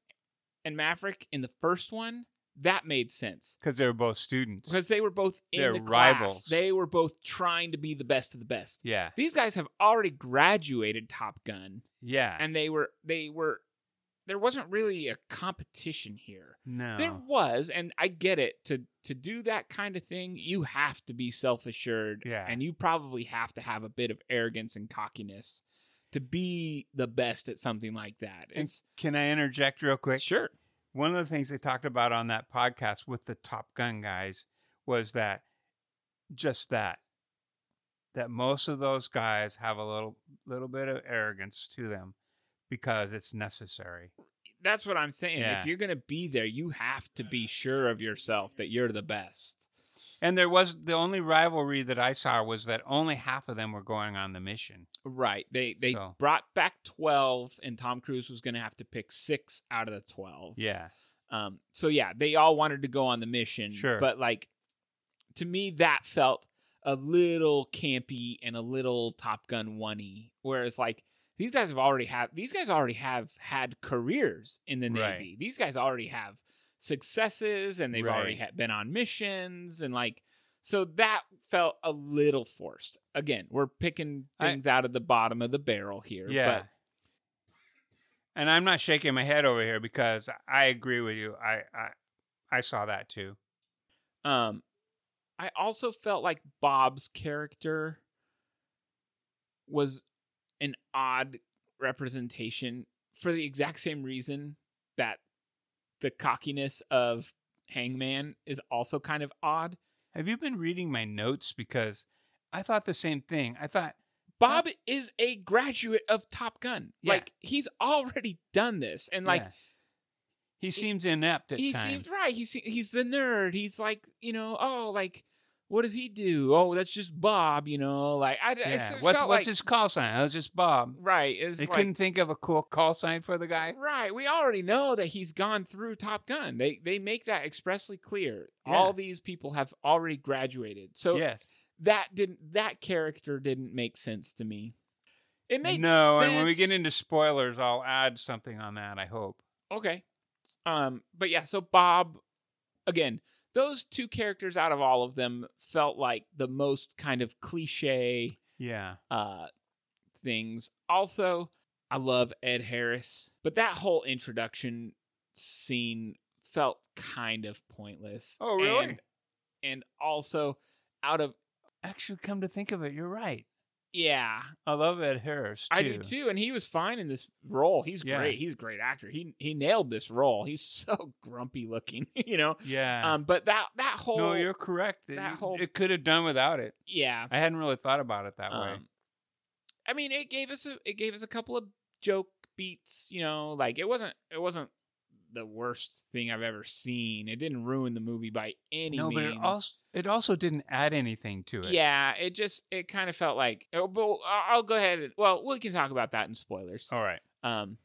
S1: and Maverick in the first one that made sense
S2: Because they were both students.
S1: because they were both in
S2: They're
S1: the class.
S2: rivals.
S1: They were both trying to be the best of the best.
S2: Yeah.
S1: These guys have already graduated Top Gun,
S2: Yeah.
S1: and they were they were there wasn't really a competition here.
S2: no.
S1: There was, and I get it. To to do that kind of thing, you have to be self assured,
S2: Yeah.
S1: and you probably have to have a bit of arrogance and cockiness to be the best at something like that.
S2: And
S1: It's
S2: Can I interject real quick?
S1: sure,
S2: one of the things they talked about on that podcast with the Top Gun guys was that just that that most of those guys have a little little bit of arrogance to them because it's necessary.
S1: that's what I'm saying.
S2: Yeah.
S1: If you're gonna be there, you have to be sure of yourself that you're the best.
S2: And there was the only rivalry that I saw was that only half of them were going on the mission.
S1: Right. They they
S2: So-
S1: brought back twelve, and Tom Cruise was gonna have to pick six out of the twelve.
S2: Yeah.
S1: Um, so yeah, they all wanted to go on the mission.
S2: Sure.
S1: But like to me that felt a little campy and a little Top Gun one y. Whereas like these guys have already have these guys already have had careers in the Navy.
S2: Right.
S1: These guys already have successes and they've already
S2: Right.
S1: ha- been on missions and like so that felt a little forced. Again, we're picking
S2: I-
S1: things out of the bottom of the barrel here.
S2: Yeah. and I'm not shaking my head over here because I agree with you. I I, I saw that too.
S1: Um, I also felt like Bob's character was an odd representation for the exact same reason that the cockiness of Hangman is also kind of odd.
S2: Have you been reading my notes because I thought the same thing. I thought
S1: Bob
S2: That's-
S1: is a graduate of Top Gun.
S2: Yeah.
S1: Like he's already done this, and like
S2: Yeah. he seems inept at
S1: he
S2: times.
S1: seems right. He's he's the nerd. He's like you know oh like what does he do? Oh that's just Bob. You know like I, I
S2: Yeah.
S1: s-
S2: What,
S1: felt
S2: what's
S1: like-
S2: his call sign? I was just Bob.
S1: Right. It's
S2: They
S1: like,
S2: couldn't think of a cool call sign for the guy.
S1: Right. We already know that he's gone through Top Gun. They they make that expressly clear.
S2: Yeah.
S1: All these people have already graduated. So
S2: yes.
S1: that didn't that character didn't make sense to me. It made
S2: no,
S1: sense.
S2: and when we get into spoilers, I'll add something on that. I hope.
S1: Okay. Um, but yeah, so Bob, again, those two characters out of all of them felt like the most kind of cliche
S2: Yeah.
S1: uh, things. Also, I love Ed Harris, but that whole introduction scene felt kind of pointless.
S2: Oh, really?
S1: And, and also, out of
S2: Actually, come to think of it, you're right.
S1: yeah,
S2: I love Ed Harris.
S1: I do too, and he was fine in this role. He's
S2: Yeah.
S1: great. He's a great actor. He he nailed this role. He's so grumpy looking, you know.
S2: Yeah.
S1: Um, but that that whole
S2: no, you're correct. It,
S1: that whole-
S2: it could have done without it.
S1: yeah.
S2: I hadn't really thought about it that way.
S1: Um, I mean, it gave us a it gave us a couple of joke beats, you know. Like it wasn't it wasn't the worst thing I've ever seen. It didn't ruin the movie by any
S2: No,
S1: means.
S2: but it also it also didn't add anything to it.
S1: yeah, it just it kind of felt like. Oh, but I'll I'll go ahead. And, well, we can talk about that in spoilers.
S2: All right.
S1: Um,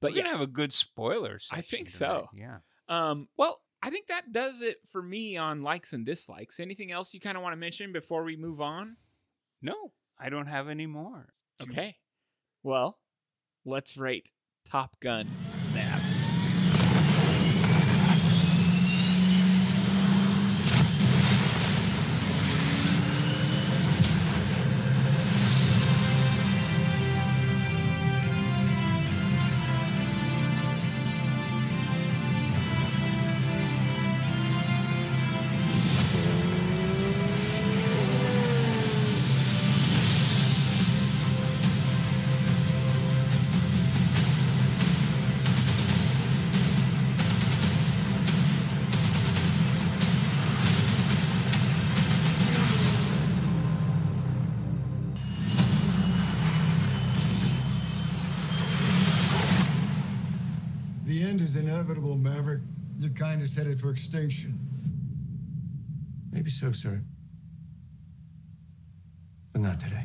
S1: but
S2: Oh. We're
S1: yeah,
S2: gonna have a good spoiler.
S1: I
S2: section
S1: think
S2: tonight.
S1: so.
S2: Yeah.
S1: Um, well, I think that does it for me on likes and dislikes. Anything else you kind of want to mention before we move on?
S2: No, I don't have any more.
S1: Okay. Well, let's rate Top Gun now.
S7: The end is inevitable, Maverick. Your kind is headed for extinction.
S8: Maybe so, sir. But not today.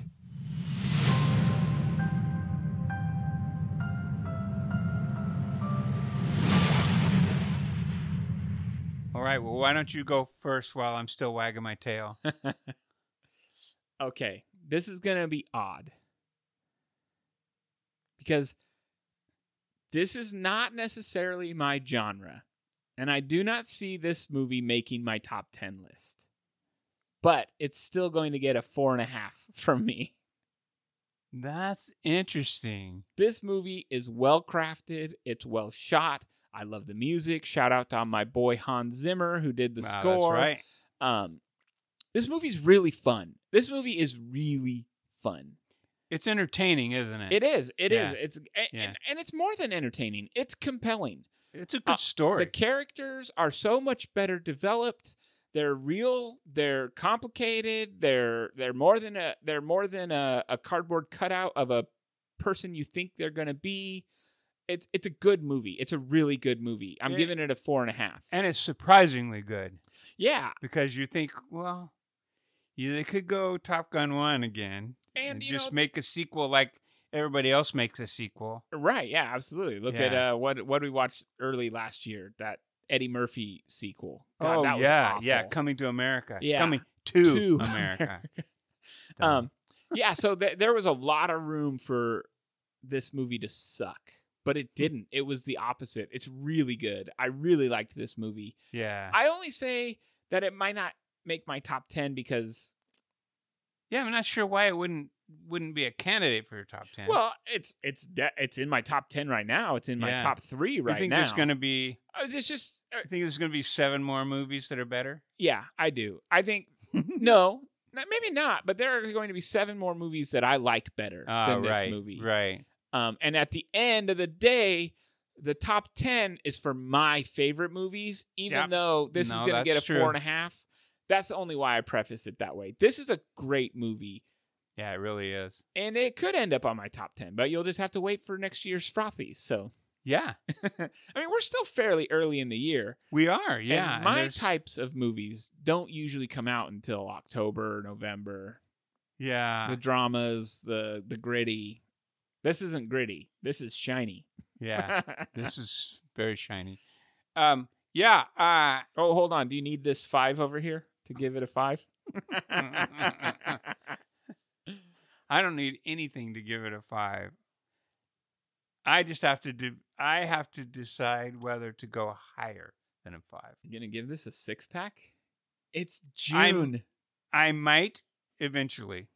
S2: All right. Well, why don't you go first while I'm still wagging my tail?
S1: Okay. This is going to be odd. Because this is not necessarily my genre. And I do not see this movie making my top 10 list. But it's still going to get a four and a half from me.
S2: That's interesting.
S1: This movie is well crafted, it's well shot. I love the music. Shout out to my boy Hans Zimmer who did the
S2: Wow, that's
S1: score.
S2: right.
S1: Um this movie's really fun. This movie is really fun.
S2: It's entertaining, isn't it?
S1: It is. It is.
S2: Yeah.
S1: It's and,
S2: Yeah.
S1: and, and it's more than entertaining. It's compelling.
S2: It's a good
S1: Uh,
S2: story.
S1: The characters are so much better developed. They're real. They're complicated. They're they're more than a they're more than a, a cardboard cutout of a person you think they're gonna be. It's it's a good movie. It's a really good movie. I'm
S2: Yeah.
S1: giving it a four and a half.
S2: and it's surprisingly good
S1: yeah,
S2: because you think, well, yeah, they could go Top Gun 1 again
S1: and you
S2: just
S1: know,
S2: make a sequel like everybody else makes a sequel.
S1: right, yeah, absolutely. Look at
S2: Yeah.
S1: uh, what what we watched early last year. That Eddie Murphy sequel. God,
S2: oh,
S1: that was
S2: yeah. Yeah.
S1: awful.
S2: Coming to America.
S1: Yeah.
S2: Coming to,
S1: To
S2: America. Dumb.
S1: um yeah so th- there was a lot of room for this movie to suck but it
S2: Hmm.
S1: didn't it was the opposite it's really good i really liked this movie
S2: yeah.
S1: i only say that it might not make my top 10 because
S2: yeah. I'm not sure why it wouldn't wouldn't be a candidate for your top 10.
S1: well it's it's de- it's in my top 10 right now it's in my
S2: Yeah.
S1: top 3 right
S2: you think
S1: now
S2: there's going to be
S1: Uh, it's just uh,
S2: I think there's going to be seven more movies that are better.
S1: yeah i do i think no not- maybe not but there are going to be seven more movies that i like better
S2: Ah,
S1: than this
S2: right,
S1: movie
S2: right.
S1: Um, and at the end of the day, the top 10 is for my favorite movies, even
S2: Yep.
S1: though this
S2: No,
S1: is going to get a
S2: that's true.
S1: four and a half. That's the only why I prefaced it that way. This is a great movie,
S2: Yeah, it really is.
S1: and it could end up on my top 10, but you'll just have to wait for next year's frothies. So,
S2: Yeah,
S1: I mean, we're still fairly early in the year.
S2: we are.
S1: and
S2: Yeah, and
S1: my
S2: there's-
S1: types of movies don't usually come out until October or November.
S2: Yeah,
S1: the dramas, the, the gritty. This isn't gritty, this is shiny.
S2: yeah. this is very shiny. Um, yeah. Uh,
S1: Oh, hold on. Do you need this five over here
S2: Oh.
S1: to give it a five?
S2: I don't need anything to give it a five. I just have to do. I have to decide whether to go higher than a five.
S1: You gonna give this a six pack? It's
S2: I'm-
S1: June.
S2: I might eventually,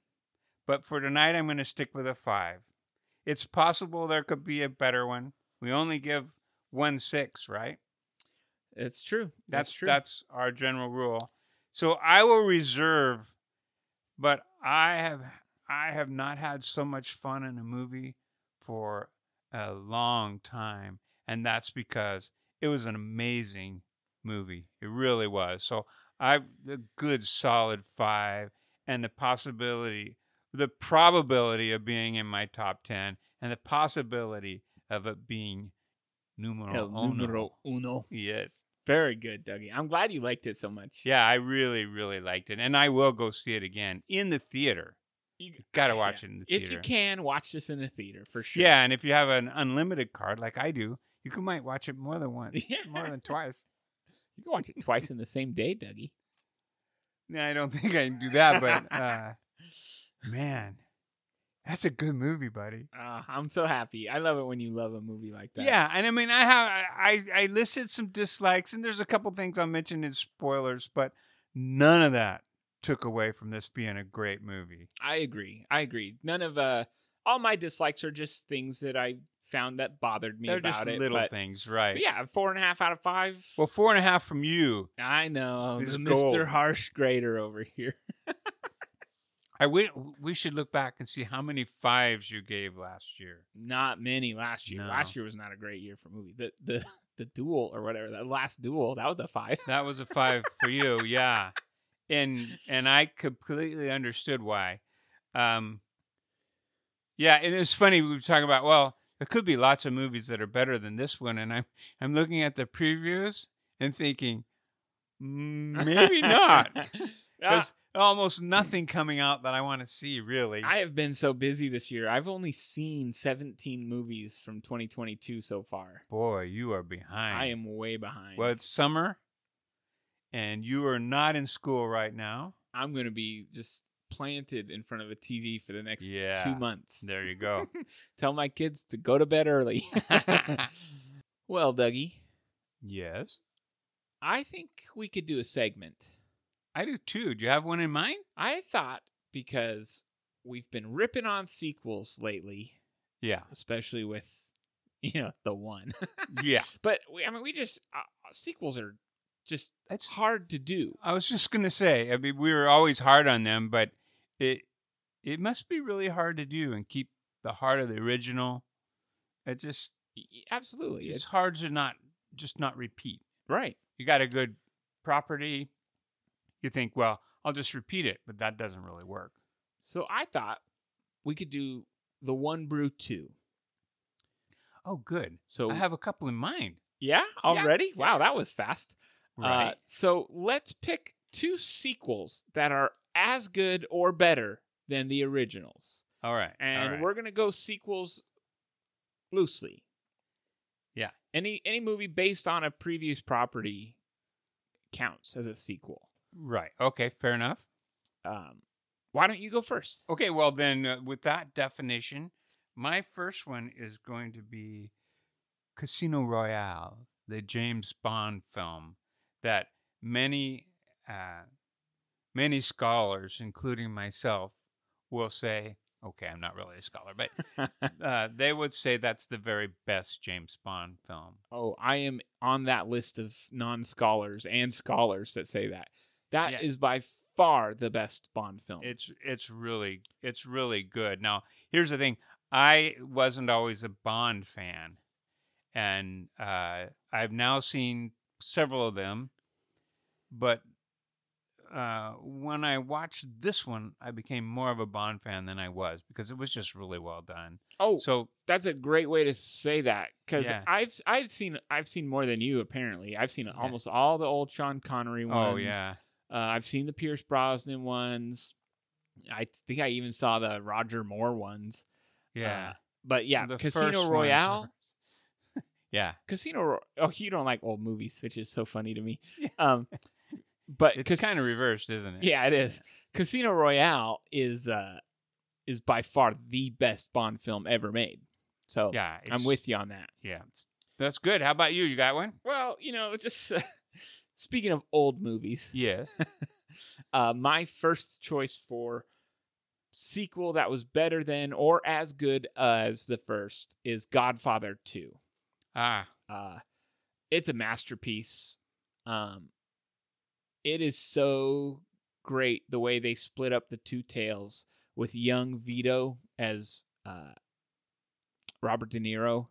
S2: but for tonight, I'm going to stick with a five. It's possible there could be a better one. We only give one six, right?
S1: It's true.
S2: That's
S1: true.
S2: That's our general rule. So I will reserve, but I have I have not had so much fun in a movie for a long time, and that's because it was an amazing movie. It really was. So I a good solid five, and the possibility, the probability of being in my top ten, and the possibility of it being numero
S1: El
S2: uno.
S1: numero uno.
S2: Yes.
S1: Very good, Dougie. I'm glad you liked it so much.
S2: Yeah, I really, really liked it, and I will go see it again in the theater.
S1: You g-
S2: Got to watch it in the
S1: If
S2: theater.
S1: you can, watch this in the theater for sure.
S2: Yeah, and if you have an unlimited card like I do, you can might watch it more than once,
S1: Yeah.
S2: more than twice.
S1: You can watch it twice in the same day, Dougie.
S2: No, I don't think I can do that, but uh, man, that's a good movie, buddy.
S1: Uh, I'm so happy. I love it when you love a movie like that.
S2: Yeah, and I mean, I have I I I listed some dislikes, and there's a couple things I'll mention in spoilers, but none of that took away from this being a great movie.
S1: I agree. I agree. None of uh all my dislikes are just things that I found that bothered me
S2: They're
S1: about
S2: just
S1: it.
S2: little
S1: but-
S2: things, right?
S1: but yeah, four and a half out of five.
S2: Well, four and a half from you.
S1: I know. The
S2: This is
S1: Mr.
S2: gold.
S1: Harsh Grader over here.
S2: I we, we should look back and see how many fives you gave last year.
S1: Not many last year.
S2: No.
S1: Last year was not a great year for movie. The the the duel or whatever, that last duel, that was a five.
S2: That was a five for you, yeah. And and I completely understood why. Um, yeah, and it's funny we were talking about. Well, there could be lots of movies that are better than this one, and I'm I'm looking at the previews and thinking "Mm, maybe not.
S1: Ah,
S2: There's almost nothing coming out that I want to see really.
S1: I have been so busy this year. I've only seen 17 movies from 2022 so far.
S2: Boy, you are behind.
S1: I am way behind.
S2: Well, it's summer, and you are not in school right now.
S1: I'm going to be just planted in front of a TV for the next
S2: Yeah.
S1: two months.
S2: There you go.
S1: Tell my kids to go to bed early. well, Dougie,
S2: yes,
S1: I think we could do a segment.
S2: I do too. Do you have one in mind?
S1: I thought because we've been ripping on sequels lately,
S2: Yeah,
S1: especially with you know the one,
S2: yeah.
S1: but we, I mean we just uh, sequels are just
S2: That's
S1: hard to do.
S2: I was just gonna say. I mean, we were always hard on them, but it it must be really hard to do and keep the heart of the original. It just
S1: Y- y- Absolutely,
S2: it's
S1: it's
S2: hard to not just not repeat.
S1: right.
S2: You got a good property. You think, well, I'll just repeat it, but that doesn't really work.
S1: So I thought we could do the one brew two.
S2: Oh, good.
S1: So
S2: I have a couple in mind.
S1: yeah, already. Wow, that was fast.
S2: Right.
S1: Uh, so let's pick two sequels that are as good or better than the originals.
S2: All right.
S1: and we're gonna go sequels loosely.
S2: Yeah.
S1: Any any movie based on a previous property counts as a sequel.
S2: right. Okay, fair enough.
S1: Um, why don't you go first?
S2: Okay, well then, uh, with that definition, my first one is going to be Casino Royale, the James Bond film that many uh, many scholars, including myself, will say. Okay, I'm not really a scholar, but uh, they would say that's the very best James Bond film.
S1: Oh, I am on that list of non-scholars and scholars that say that. That is
S2: Yeah.
S1: by far the best Bond film.
S2: It's it's really it's really good. Now, here's the thing: I wasn't always a Bond fan, and uh, I've now seen several of them. But uh, when I watched this one, I became more of a Bond fan than I was because it was just really well done.
S1: oh,
S2: So
S1: that's a great way to say that because
S2: Yeah.
S1: I've I've seen I've seen more than you apparently. I've seen almost all the old Sean Connery ones.
S2: oh yeah,
S1: Uh, I've seen the Pierce Brosnan ones. I think I even saw the Roger Moore ones.
S2: yeah,
S1: Uh, But yeah,
S2: The first
S1: Casino
S2: one-
S1: Royale.
S2: yeah,
S1: Casino. Ro- oh, you don't like old movies, which is so funny to me. Um, but
S2: it's
S1: Uh, cas-
S2: kind of reversed, isn't it?
S1: Yeah, it is. Casino Royale is uh is by far the best Bond film ever made. So
S2: Yeah,
S1: I'm
S2: it's-
S1: with you on that.
S2: Yeah, that's good. How about you? You got one?
S1: Well, you know, just uh, speaking of old movies,
S2: Yes.
S1: uh, my first choice for sequel that was better than or as good as the first is Godfather 2.
S2: ah,
S1: Uh, it's a masterpiece. Um, it is so great the way they split up the two tales with young Vito as uh, Robert De Niro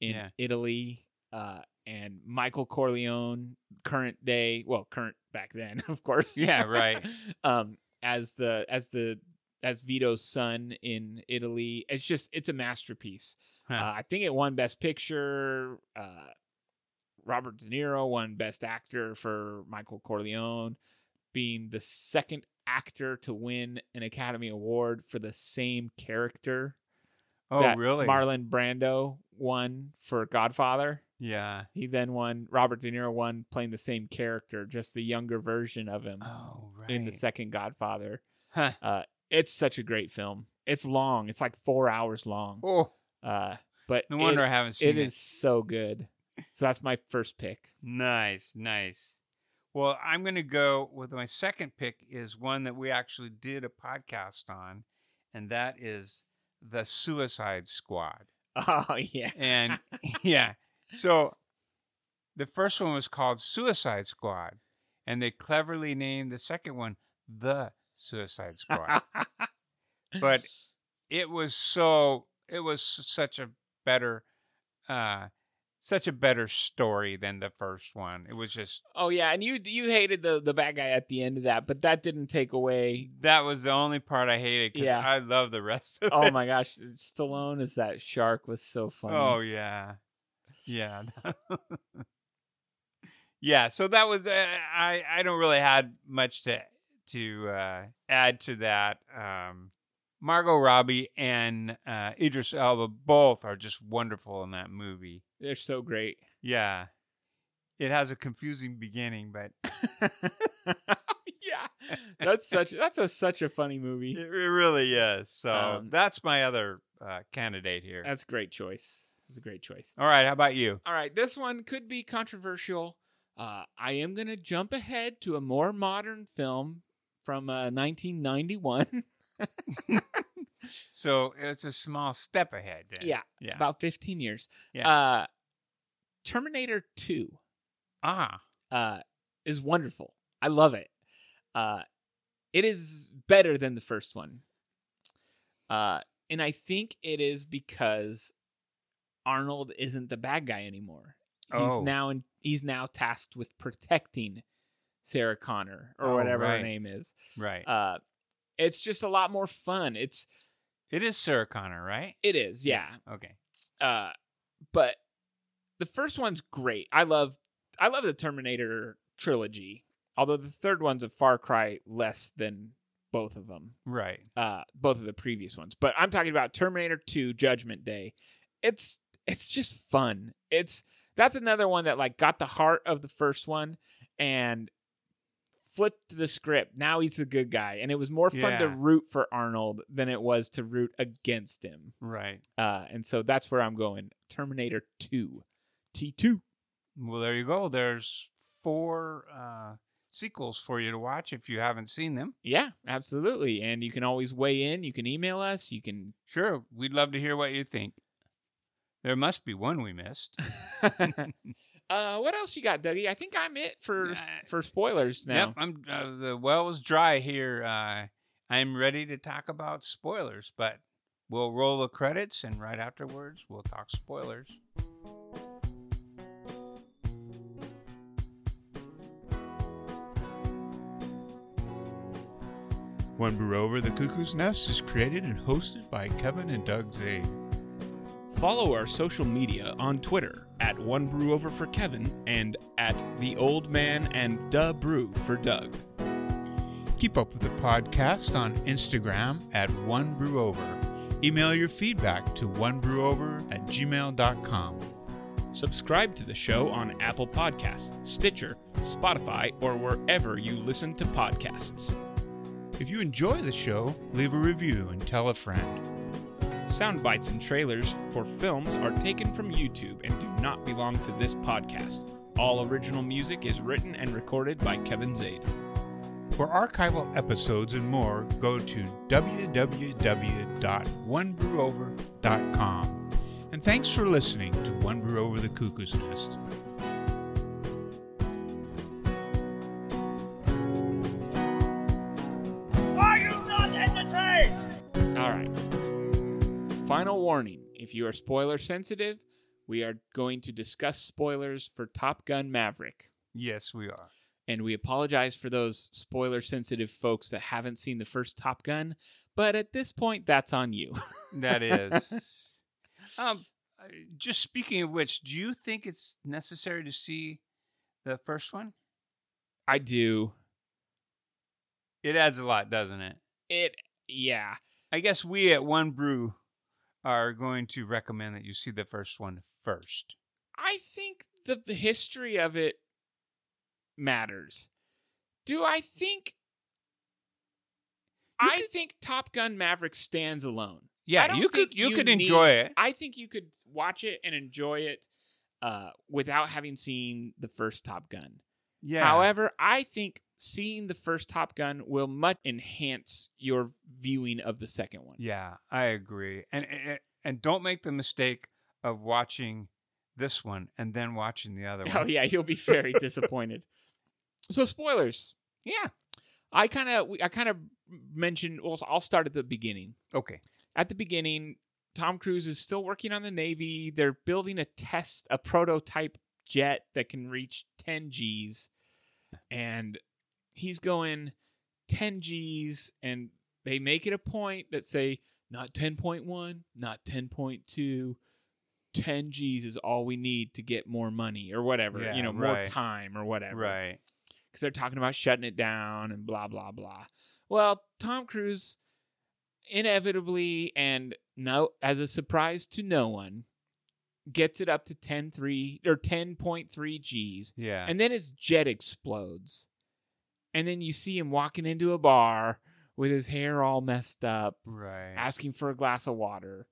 S1: in
S2: Yeah.
S1: Italy uh, and Michael Corleone, current day, well, current back then, of course.
S2: Yeah, right.
S1: um, as the as the as Vito's son in Italy. It's just it's a masterpiece.
S2: Huh.
S1: Uh, I think it won Best Picture. Uh, Robert De Niro won Best Actor for Michael Corleone, being the second actor to win an Academy Award for the same character.
S2: oh
S1: that
S2: really?
S1: Marlon Brando won for Godfather.
S2: yeah.
S1: He then won. Robert De Niro won playing the same character, just the younger version of him
S2: Oh right.
S1: in the second Godfather.
S2: Huh.
S1: Uh, it's such a great film. It's long. It's like four hours long.
S2: Oh,
S1: Uh, but
S2: no wonder
S1: it-
S2: I haven't seen
S1: it
S2: it.
S1: is so good. So that's my first pick.
S2: Nice, nice. Well, I'm going to go with my second pick is one that we actually did a podcast on, and that is the Suicide Squad.
S1: Oh yeah,
S2: And yeah, so the first one was called Suicide Squad, and they cleverly named the second one the Suicide Squad. but it was so it was s- such a better uh such a better story than the first one. It was just
S1: oh yeah, and you you hated the the bad guy at the end of that, but that didn't take away.
S2: That was the only part I hated because
S1: Yeah.
S2: I love the rest of
S1: Oh
S2: it.
S1: my gosh, Stallone is that shark was so funny.
S2: Oh yeah, yeah, yeah. So that was uh, I. I don't really had much to to uh, add to that. Um, Margot Robbie and uh, Idris Elba both are just wonderful in that movie.
S1: They're so great.
S2: Yeah, it has a confusing beginning, but
S1: yeah, that's such that's a such a funny movie.
S2: it, it really is. So
S1: Um,
S2: that's my other uh, candidate here.
S1: That's a great choice. That's a great choice.
S2: All right, how about you?
S1: All right, this one could be controversial. Uh, I am going to jump ahead to a more modern film from uh, 1991,
S2: So it's a small step ahead. Then.
S1: Yeah.
S2: Yeah.
S1: about 15 years.
S2: Yeah.
S1: Uh, Terminator 2
S2: ah.
S1: uh, is wonderful. I love it. Uh, it is better than the first one. Uh, and I think it is because Arnold isn't the bad guy anymore.
S2: Oh.
S1: He's now in, he's now tasked with protecting Sarah Connor or
S2: Oh,
S1: whatever
S2: right.
S1: her name is.
S2: Right.
S1: Uh, it's just a lot more fun. It's
S2: it is Sarah Connor, right?
S1: it is, yeah.
S2: Okay.
S1: Uh, but the first one's great. I love I love the Terminator trilogy. Although the third one's a far cry less than both of them,
S2: Right.
S1: uh, both of the previous ones. But I'm talking about Terminator 2 Judgment Day. It's it's just fun. It's that's another one that like got the heart of the first one and flipped the script. Now he's the good guy, and it was more fun to
S2: Yeah.
S1: root for Arnold than it was to root against him.
S2: Right.
S1: Uh, and so that's where I'm going. Terminator 2. T2.
S2: Well, there you go. There's four uh, sequels for you to watch if you haven't seen them.
S1: Yeah, absolutely. And you can always weigh in. You can email us. You can.
S2: Sure. We'd love to hear what you think. There must be one we missed.
S1: uh, what else you got, Dougie? I think I'm it for
S2: Uh,
S1: for spoilers now.
S2: Yep. I'm uh, the well is dry here. Uh, I'm ready to talk about spoilers, but we'll roll the credits and right afterwards we'll talk spoilers. One Brew Over the Cuckoo's Nest is created and hosted by Kevin and Doug Zade.
S9: Follow our social media on Twitter at One Brew Over for Kevin and at The Old Man and Duh Brew for Doug.
S2: Keep up with the podcast on Instagram at One Brew Over. Email your feedback to onebrewover at gmail.com.
S9: Subscribe to the show on Apple Podcasts, Stitcher, Spotify, or wherever you listen to podcasts.
S2: If you enjoy the show, leave a review and tell a friend.
S9: sound bites and trailers for films are taken from YouTube and do not belong to this podcast. All original music is written and recorded by Kevin Zaid.
S2: For archival episodes and more, go to www.onebrewover.com. And thanks for listening to One Brew Over the Cuckoo's Nest.
S1: All right. Final warning if you are spoiler sensitive, we are going to discuss spoilers for Top Gun Maverick.
S2: Yes, we are.
S1: And we apologize for those spoiler sensitive folks that haven't seen the first Top Gun, but at this point, that's on you.
S2: That is. um, uh, just speaking of which, do you think it's necessary to see the first one?
S1: I do.
S2: It adds a lot, doesn't it?
S1: It, yeah.
S2: I guess we at One Brew are going to recommend that you see the first one first.
S1: I think the the history of it matters. Do I think
S2: You
S1: I think Top Gun Maverick stands alone. I
S2: Yeah,
S1: don't
S2: you could
S1: think
S2: you,
S1: you
S2: could
S1: need-
S2: enjoy it.
S1: I think you could watch it and enjoy it uh, without having seen the first Top Gun.
S2: Yeah.
S1: However, I think seeing the first Top Gun will much enhance your viewing of the second one.
S2: Yeah, I agree. And, and and don't make the mistake of watching this one and then watching the other one.
S1: Oh yeah, you'll be very disappointed. So spoilers.
S2: Yeah.
S1: I kind of I kind of mentioned. Well, I'll start at the beginning.
S2: Okay.
S1: At the beginning, Tom Cruise is still working on the Navy. They're building a test, a prototype jet that can reach 10 G's, and he's going 10 G's, and they make it a point that say not 10.1, not 10.2. 10 G's is all we need to get more money or whatever,
S2: Yeah,
S1: you know, more
S2: right.
S1: time or whatever
S2: Right.
S1: because they're talking about shutting it down and blah blah blah. Well, Tom Cruise inevitably and no as a surprise to no one gets it up to 10.3 or 10.3 Gs
S2: Yeah.
S1: and then his jet explodes. And then you see him walking into a bar with his hair all messed up
S2: right.
S1: asking for a glass of water.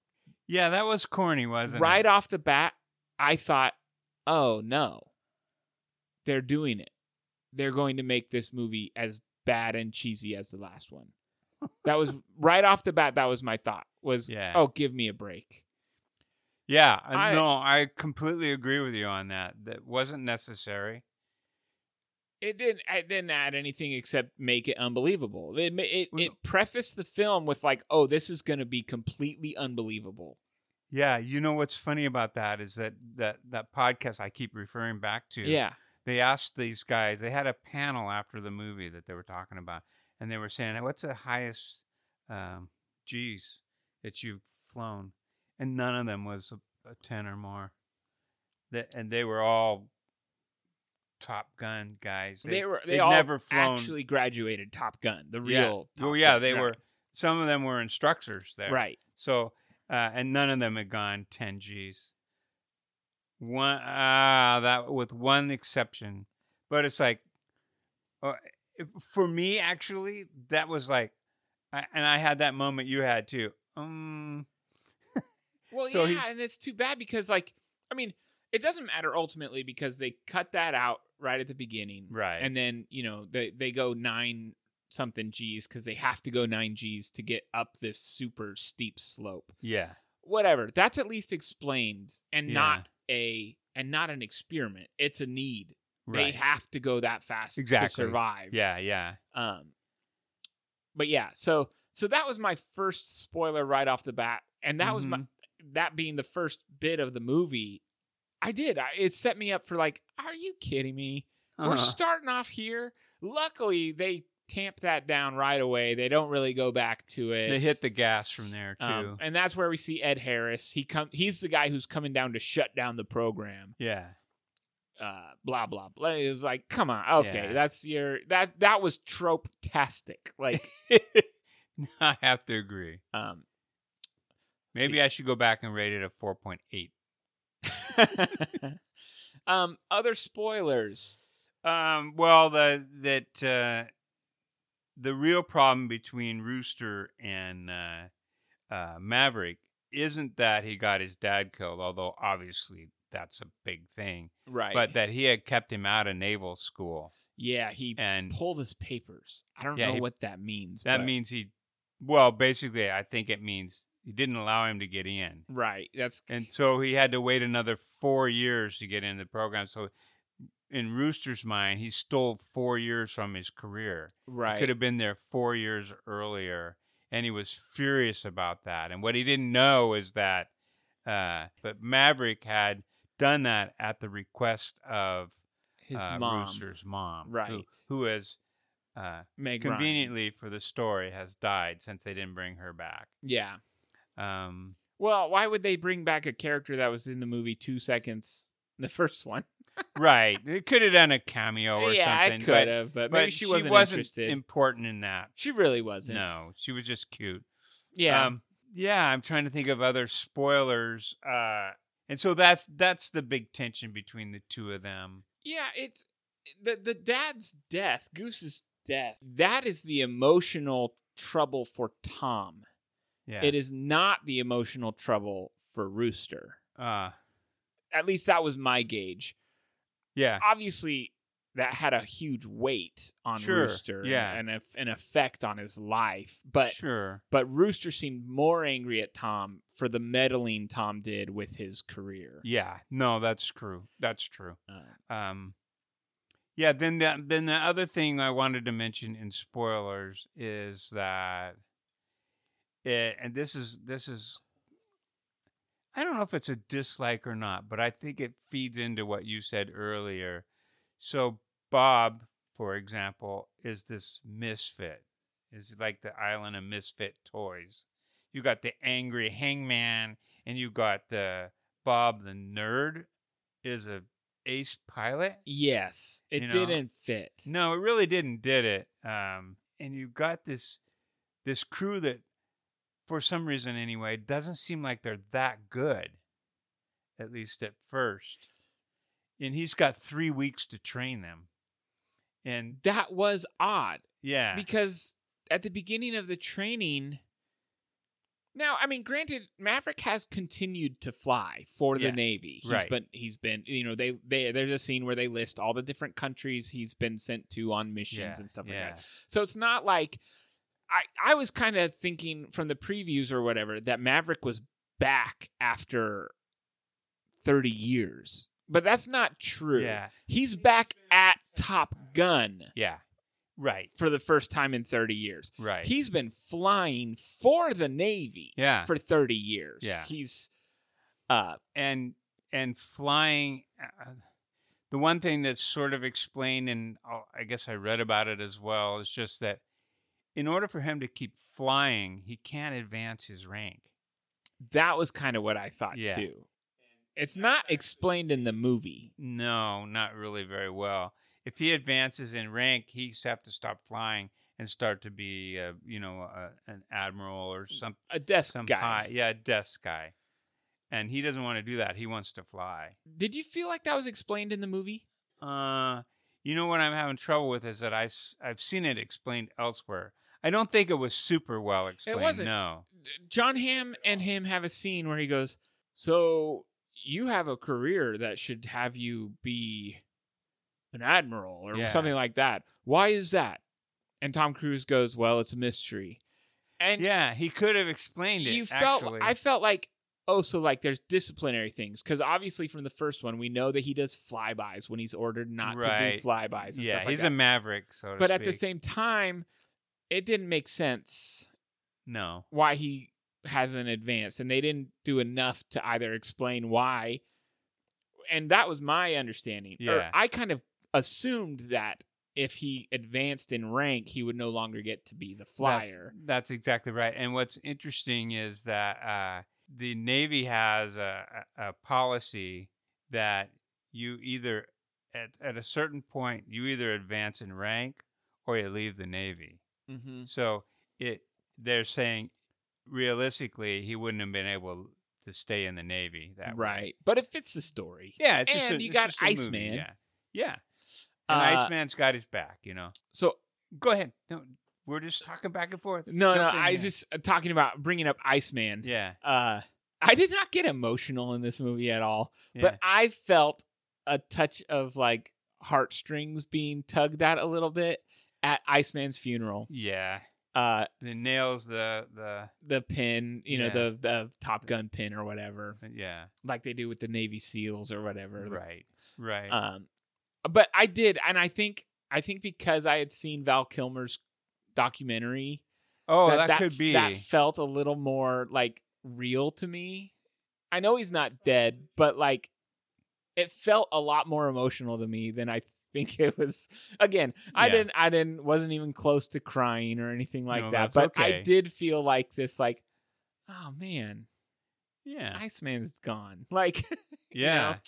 S2: yeah, that was corny, wasn't
S1: right
S2: it?
S1: off the bat, I thought, oh no, they're doing it. They're going to make this movie as bad and cheesy as the last one. That was right off the bat. That was my thought. Was
S2: Yeah.
S1: oh, give me a break.
S2: Yeah,
S1: I-
S2: I, no, I completely agree with you on that. That wasn't necessary.
S1: It didn't. It didn't add anything except make it unbelievable. It ma- it,
S2: Well-
S1: it prefaced the film with like, oh, this is going to be completely unbelievable.
S2: Yeah, you know what's funny about that is that that that podcast I keep referring back to.
S1: yeah.
S2: they asked these guys they had a panel after the movie that they were talking about and they were saying what's the highest um, g's that you've flown and none of them was a, a 10 or more Th- and they were all top gun guys
S1: They, were they
S2: they'd
S1: all
S2: never flown-
S1: actually graduated Top Gun, the
S2: Yeah.
S1: real. Top
S2: well yeah
S1: Gun.
S2: they
S1: Right.
S2: were some of them were instructors there
S1: right.
S2: so uh, and none of them had gone 10 G's. One ah that with one exception, but it's like, uh, if- for me actually that was like, I, and I had that moment you had too. Um,
S1: Well,
S2: So
S1: yeah,
S2: he's-
S1: and it's too bad because, like, I mean, it doesn't matter ultimately because they cut that out right at the beginning,
S2: Right.
S1: And then you know they they go nine something G's because they have to go nine G's to get up this super steep slope.
S2: yeah,
S1: Whatever. That's at least explained and
S2: Yeah.
S1: not a and not an experiment. It's a need. They
S2: right,
S1: have to go that fast
S2: Exactly.
S1: to survive.
S2: yeah, yeah,
S1: Um, but yeah, so so that was my first spoiler right off the bat, and that was my
S2: Mhm.
S1: that being the first bit of the movie. I did. I, it set me up for like, are you kidding me? We're
S2: Uh-huh.
S1: starting off here. Luckily, they tamp that down right away. They don't really go back to it.
S2: they hit the gas from there too.
S1: Um, and that's where we see Ed Harris. He come. He's the guy who's coming down to shut down the program
S2: yeah,
S1: uh blah blah blah it was like come on okay
S2: Yeah.
S1: that's your that that was trope tastic like
S2: I have to agree.
S1: um
S2: Maybe I should go back and rate it a four point eight.
S1: um other spoilers
S2: Um, well, the that uh, the real problem between Rooster and uh, uh, Maverick isn't that he got his dad killed, although obviously that's a big thing,
S1: Right.
S2: but that he had kept him out of naval school.
S1: yeah, he
S2: And
S1: pulled his papers. I don't
S2: Yeah,
S1: know
S2: he-
S1: what that means.
S2: that
S1: but-
S2: means he, well, basically, I think it means he didn't allow him to get in.
S1: right. That's
S2: And so he had to wait another four years to get in the program. So in Rooster's mind, he stole four years from his career.
S1: right.
S2: Could have been there four years earlier. And he was furious about that. And what he didn't know is that, uh, but Maverick had done that at the request of
S1: his
S2: uh,
S1: mom,
S2: Rooster's mom, who-
S1: Right.
S2: Who has uh,
S1: Meg Ryan.
S2: conveniently for the story has died since they didn't bring her back.
S1: Yeah.
S2: Um,
S1: Well, why would they bring back a character that was in the movie two seconds? The first one.
S2: right, it could have done a cameo or
S1: yeah,
S2: something.
S1: I
S2: but-
S1: could have, but, maybe she, wasn't, interested.
S2: important in that.
S1: she really wasn't.
S2: No, she was just cute.
S1: Yeah.
S2: Um, yeah, I'm trying to think of other spoilers. Uh, and so that's that's the big tension between the two of them.
S1: yeah. It's the the dad's death, Goose's death. That is the emotional trouble for Tom.
S2: Yeah.
S1: It is not the emotional trouble for Rooster.
S2: Uh,
S1: At least that was my gauge.
S2: yeah.
S1: Obviously, that had a huge weight on
S2: Sure,
S1: Rooster.
S2: yeah.
S1: And a, an effect on his life, but.
S2: sure.
S1: But Rooster seemed more angry at Tom for the meddling Tom did with his career.
S2: Yeah. No, that's true. That's true.
S1: Uh,
S2: Um, yeah. Then the then the other thing I wanted to mention in spoilers is that, it, and this is this is, I don't know if it's a dislike or not, but I think it feeds into what you said earlier. So Bob, for example, is this misfit. Is like the island of misfit toys. You got the angry hangman, and you got the Bob the nerd is a ace pilot.
S1: yes, it
S2: You know,
S1: didn't fit.
S2: No, it really didn't, did it? Um, and you got this this crew that, for some reason anyway, doesn't seem like they're that good, at least at first. And he's got three weeks to train them, and
S1: that was odd
S2: yeah,
S1: because at the beginning of the training. Now, I mean, granted, Maverick has continued to fly for the
S2: Yeah,
S1: Navy. He's
S2: right.
S1: been he's been you know they they there's a scene where they list all the different countries he's been sent to on missions
S2: yeah,
S1: and stuff like
S2: yeah.
S1: that. So it's not like I I was kind of thinking from the previews or whatever that Maverick was back after 30 years. But that's not true.
S2: Yeah.
S1: He's back at Top Gun
S2: Yeah, right,
S1: for the first time in 30 years.
S2: right.
S1: He's been flying for the Navy
S2: yeah,
S1: for 30 years.
S2: Yeah.
S1: He's uh
S2: and and flying uh, the one thing that's sort of explained and uh, i guess i read about it as well is just that in order for him to keep flying he can't advance his rank
S1: that was kind of what I thought
S2: Yeah.
S1: too. It's not explained in the movie.
S2: no not really very well if he advances in rank he's have to stop flying and start to be uh, you know a, an admiral or some
S1: A desk
S2: some
S1: guy.
S2: high yeah desk guy and he doesn't want to do that he wants to fly
S1: Did you feel like that was explained in the movie?
S2: Uh, you know what I'm having trouble with is that I have seen it explained elsewhere. I don't think it was super well explained.
S1: wasn't.
S2: No.
S1: John Hamm and him have a scene where he goes, "So you have a career that should have you be an admiral or
S2: Yeah.
S1: something like that. Why is that?" And Tom Cruise goes, "Well, it's a mystery." And
S2: yeah, he could have explained it.
S1: you felt
S2: actually.
S1: I felt like oh, so like there's disciplinary things because obviously from the first one we know that he does flybys when he's ordered not to
S2: Right.
S1: do flybys. And
S2: yeah,
S1: stuff like
S2: he's
S1: that.
S2: a maverick, so to
S1: but at the
S2: speak.
S1: same time, it didn't make sense
S2: no,
S1: why he hasn't advanced and they didn't do enough to either explain why and that was my understanding Or
S2: Yeah.
S1: i kind of assumed that if he advanced in rank he would no longer get to be the
S2: That's-
S1: flyer
S2: That's, exactly right. And what's interesting is that uh, the Navy has a, a, a policy that you either at, at a certain point you either advance in rank or you leave the Navy.
S1: mm-hmm.
S2: So it they're saying realistically he wouldn't have been able to stay in the Navy that way.
S1: right but it fits the story
S2: Yeah, it's just a,
S1: And you
S2: it's
S1: got
S2: just a movie,
S1: Iceman.
S2: Yeah. Yeah. And
S1: Uh,
S2: Iceman's got his back, you know.
S1: so
S2: Go ahead. No, we're just talking back and forth.
S1: no no
S2: Jump in
S1: i was
S2: here.
S1: just uh, talking about bringing up iceman
S2: Yeah.
S1: uh I did not get emotional in this movie at all,
S2: Yeah.
S1: but I felt a touch of like heartstrings being tugged at a little bit at Iceman's funeral.
S2: yeah,
S1: Uh,
S2: the nails, the the
S1: the pin, you
S2: Yeah.
S1: know, the the Top Gun pin or whatever,
S2: yeah,
S1: like they do with the Navy SEALs or whatever.
S2: right, right.
S1: Um, but I did, and I think I think because I had seen Val Kilmer's documentary,
S2: oh, that, could be.
S1: that felt a little more like real to me. I know he's not dead, but like it felt a lot more emotional to me than I think it was. Again, I
S2: Yeah.
S1: didn't, I didn't, wasn't even close to crying or anything like
S2: No,
S1: that.
S2: that's
S1: But I
S2: okay.
S1: did feel like this, like, oh man,
S2: yeah,
S1: Iceman's gone. Like, you
S2: yeah.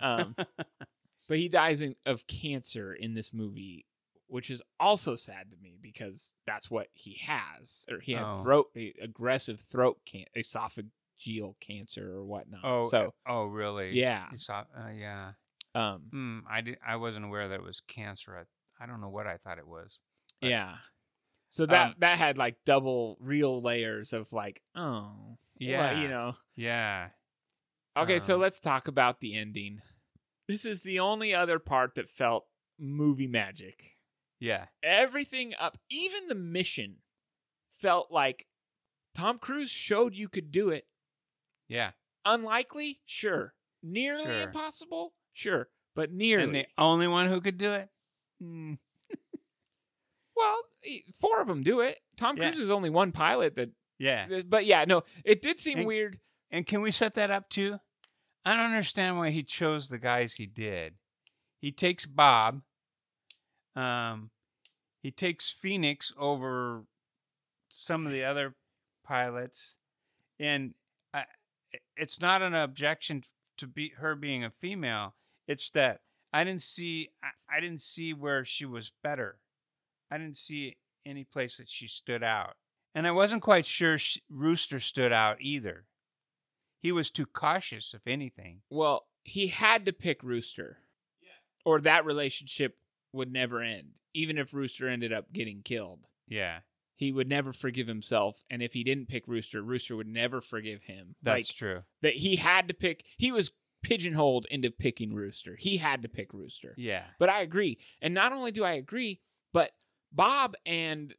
S1: know? um, but he dies in, of cancer in this movie, which is also sad to me because that's what he has, or he had
S2: Oh.
S1: throat a- aggressive throat can esophageal cancer or whatnot.
S2: Oh,
S1: so
S2: oh, really?
S1: yeah,
S2: You saw, uh, yeah.
S1: um,
S2: Hmm. I did. I wasn't aware that it was cancer. I, I don't know what I thought it was. but-
S1: yeah. So that
S2: Um,
S1: that had like double real layers of like, oh, yeah,
S2: Yeah.
S1: you know.
S2: Yeah.
S1: Okay, so
S2: Um,
S1: let's talk about the ending. This is the only other part that felt movie magic.
S2: Yeah.
S1: everything up, even the mission felt like Tom Cruise showed you could do it.
S2: Yeah.
S1: Unlikely? Sure. Nearly
S2: Sure.
S1: impossible? Sure. But nearly.
S2: And the only one who could do it. Mm,
S1: well, e- four of them do it. Tom
S2: Yeah.
S1: Cruise is only one pilot that,
S2: yeah.
S1: but yeah, no, it did seem
S2: And-
S1: weird.
S2: And can we set that up too? I don't understand why he chose the guys he did. He takes Bob. Um, he takes Phoenix over some of the other pilots, and I, it's not an objection to be her being a female. It's that I didn't see I, I didn't see where she was better. I didn't see any place that she stood out, and I wasn't quite sure sh Rooster stood out either. He was too cautious, if anything.
S1: Well, he had to pick Rooster, or that relationship would never end. Even if Rooster ended up getting killed,
S2: Yeah,
S1: he would never forgive himself. And if he didn't pick Rooster, Rooster would never forgive him.
S2: that's
S1: Like,
S2: true.
S1: that he had to pick. He was pigeonholed into picking Rooster. He had to pick Rooster.
S2: Yeah,
S1: But I agree. And not only do I agree, but Bob and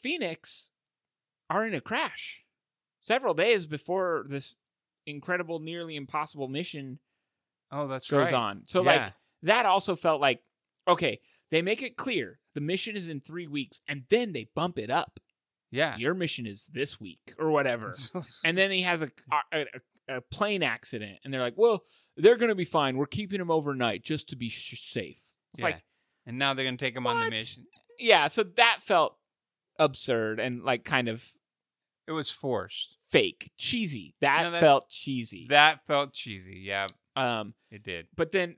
S1: Phoenix are in a crash several days befefore this incredible, nearly impossible mission
S2: Oh, that's
S1: goes
S2: right.
S1: on. So,
S2: Yeah.
S1: like, that also felt like, okay, they make it clear the mission is in three weeks, and then they bump it up.
S2: Yeah.
S1: Your mission is this week or whatever and then he has a, a, a, a plane accident and they're like well they're gonna be fine we're keeping him overnight just to be sh- safe it's
S2: Yeah.
S1: like
S2: and now they're gonna take him on the
S1: What?
S2: mission.
S1: yeah so that felt absurd and like kind of
S2: It was forced.
S1: fake cheesy that
S2: No, that's-
S1: felt cheesy
S2: That felt cheesy. Yeah,
S1: um
S2: it did.
S1: but then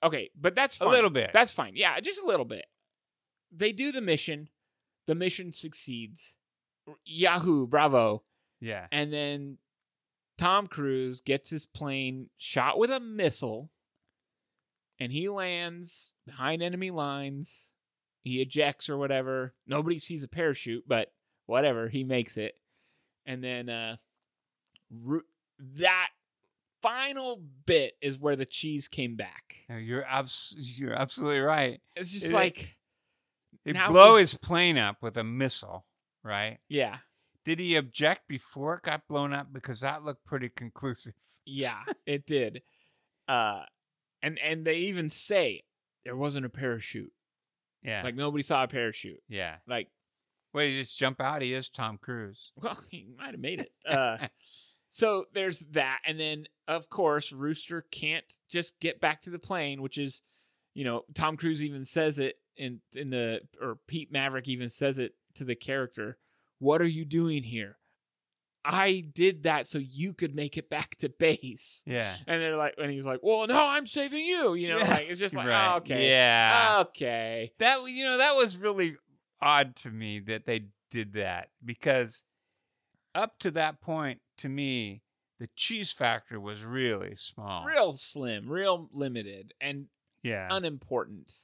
S1: okay but that's
S2: A
S1: fine.
S2: little bit.
S1: that's fine yeah just a little bit they do the mission the mission succeeds yahoo bravo
S2: Yeah,
S1: and then Tom Cruise gets his plane shot with a missile, and he lands behind enemy lines. He ejects or whatever. Nobody sees a parachute, but whatever, he makes it. And then uh, Ru- that final bit is where the cheese came back.
S2: No, you're abs- you're absolutely right.
S1: It's just
S2: It-
S1: like,
S2: They
S1: Now
S2: blow
S1: we-
S2: his plane up with a missile, right?
S1: yeah,
S2: Did he object before it got blown up? Because that looked pretty conclusive.
S1: yeah, it did. Uh, and and they even say there wasn't a parachute.
S2: Yeah,
S1: Like nobody saw a parachute.
S2: yeah.
S1: Like
S2: Wait, he just jump out. He is Tom Cruise.
S1: Well, he might have made it. Uh, so there's that, and then of course Rooster can't just get back to the plane, which is, you know, Tom Cruise even says it in in the or Pete Maverick even says it to the character. What are you doing here? I did that so you could make it back to base.
S2: Yeah,
S1: And they're like, and he's like, well, no, I'm saving you. You know,
S2: Yeah.
S1: like it's just like,
S2: right.
S1: oh, okay,
S2: Yeah,
S1: okay,
S2: that you know that was really odd to me that they did that because up to that point to me the cheese factor was really small
S1: real slim, real limited, and
S2: yeah
S1: unimportant.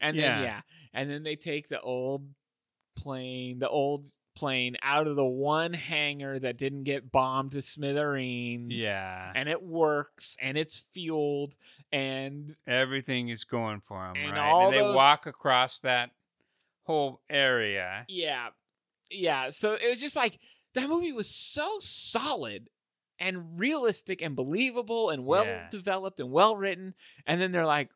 S1: And
S2: Yeah.
S1: then yeah, and then they take the old plane, the old plane out of the one hangar that didn't get bombed to smithereens.
S2: Yeah.
S1: And it works and it's fueled and
S2: Everything is going for them,
S1: And
S2: right?
S1: all
S2: and they
S1: those-
S2: walk across that whole area.
S1: yeah. Yeah. So it was just like that movie was so solid and realistic and believable and well
S2: Yeah.
S1: developed and well written. And then they're like,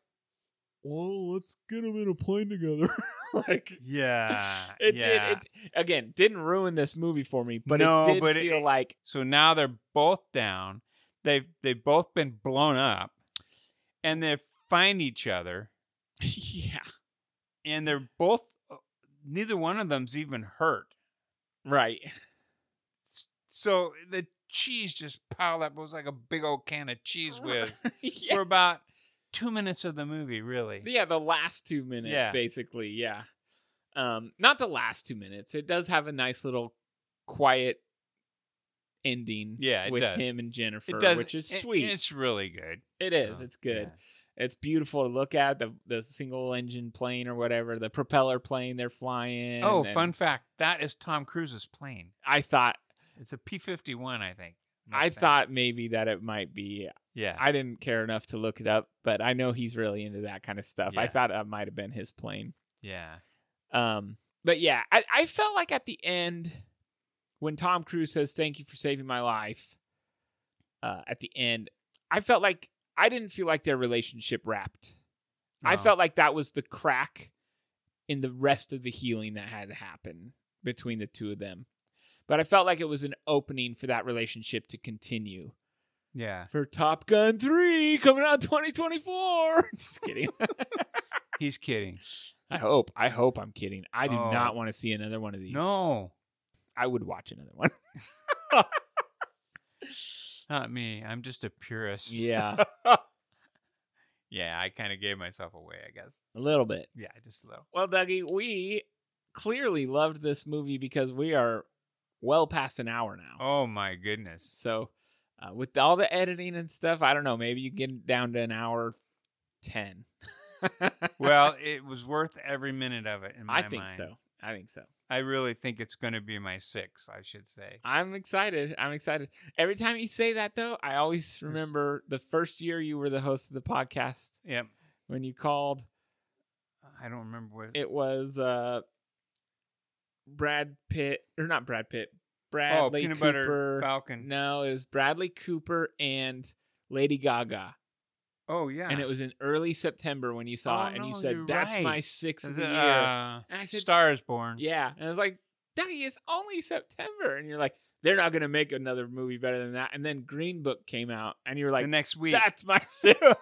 S1: well, let's get them in a plane together. like,
S2: Yeah.
S1: it
S2: yeah.
S1: did. It, again, didn't ruin this movie for me, but
S2: No,
S1: it did
S2: but it-
S1: feel like
S2: So now they're both down. They've they've both been blown up, and they find each other,
S1: yeah,
S2: and they're both. uh, Neither one of them's even hurt.
S1: right.
S2: So the cheese just piled up. It was like a big old can of cheese whiz
S1: yeah.
S2: for about two minutes of the movie, really.
S1: yeah, the last two minutes,
S2: Yeah.
S1: basically. Yeah, um, not the last two minutes. It does have a nice little quiet ending.
S2: Yeah, it
S1: with
S2: does.
S1: him and Jennifer,
S2: it does,
S1: which is
S2: it-
S1: sweet.
S2: It's Oh, really good.
S1: It is. It's good. It's beautiful to look at the the single engine plane or whatever the propeller plane they're flying.
S2: oh,
S1: and
S2: fun fact: that is Tom Cruise's plane.
S1: I thought
S2: It's a P fifty one, I think.
S1: I
S2: Mustang.
S1: thought maybe that it might be
S2: Yeah.
S1: I didn't care enough to look it up, but I know he's really into that kind of stuff. I
S2: Yeah.
S1: thought that might have been his plane.
S2: yeah.
S1: Um, but yeah, I, I felt like at the end, when Tom Cruise says, Thank you for saving my life, uh, at the end, I felt like I didn't feel like their relationship wrapped. I
S2: No.
S1: felt like that was the crack in the rest of the healing that had to happen between the two of them. But I felt like it was an opening for that relationship to continue
S2: Yeah.
S1: for Top Gun 3 coming out 2024. Just kidding.
S2: He's kidding.
S1: I hope. I hope I'm kidding. I do
S2: Oh.
S1: not want to see another one of these.
S2: No,
S1: I would watch another one.
S2: not me. I'm just a purist.
S1: yeah.
S2: Yeah, I kind of gave myself away, I guess.
S1: A little bit.
S2: Yeah, just a little.
S1: Well, Dougie, we clearly loved this movie because we are well past an hour now.
S2: Oh my goodness.
S1: So, uh, with all the editing and stuff, I don't know. Maybe you get it down to an hour 10.
S2: Well, it was worth every minute of it in my
S1: I think
S2: mind.
S1: so. I think so.
S2: I really think it's going to be my six, I should say.
S1: I'm excited. I'm excited. Every time you say that, though, I always remember the first year you were the host of the podcast
S2: Yep.
S1: when you called.
S2: I don't remember what.
S1: It was uh, Brad Pitt, or not Brad Pitt, Bradley
S2: oh, peanut
S1: Cooper.
S2: butter falcon.
S1: no, it was Bradley Cooper and Lady Gaga,
S2: Oh yeah.
S1: and it was in early September when you saw
S2: Oh,
S1: it, and you
S2: no,
S1: said,
S2: you're
S1: "That's
S2: right.
S1: my sixth of
S2: Is
S1: the
S2: it,
S1: year."
S2: uh,
S1: and I said,
S2: Star is born.
S1: Yeah. And I was like, Dougie, it's only September. And you're like, they're not going to make another movie better than that. And then Green Book came out, and you're
S2: the
S1: like,
S2: next week.
S1: that's my sixth.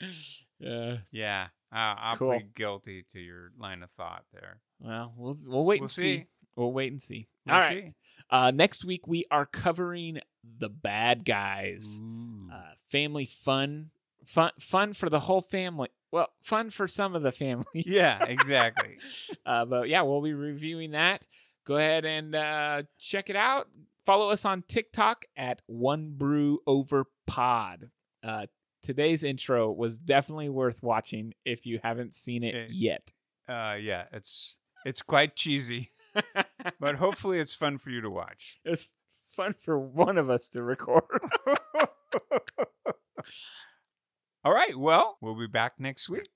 S1: yeah.
S2: Yeah. Uh, I'll
S1: Cool.
S2: plead guilty to your line of thought there.
S1: Well, we'll, we'll wait
S2: We'll
S1: and see.
S2: see.
S1: We'll wait and see.
S2: We'll
S1: All right. Uh, next week, we are covering the bad guys.
S2: see. Ooh.
S1: Uh, family fun. Fun, fun for the whole family. Well, fun for some of the family.
S2: yeah, exactly.
S1: Uh, but yeah, we'll be reviewing that. Go ahead and uh, check it out. Follow us on TikTok at One Brew Over Pod. Uh, today's intro was definitely worth watching if you haven't seen it
S2: Eh.
S1: yet.
S2: Uh, yeah, it's it's quite cheesy, but hopefully it's fun for you to watch.
S1: It's fun for one of us to record.
S2: All right, well, we'll be back next week.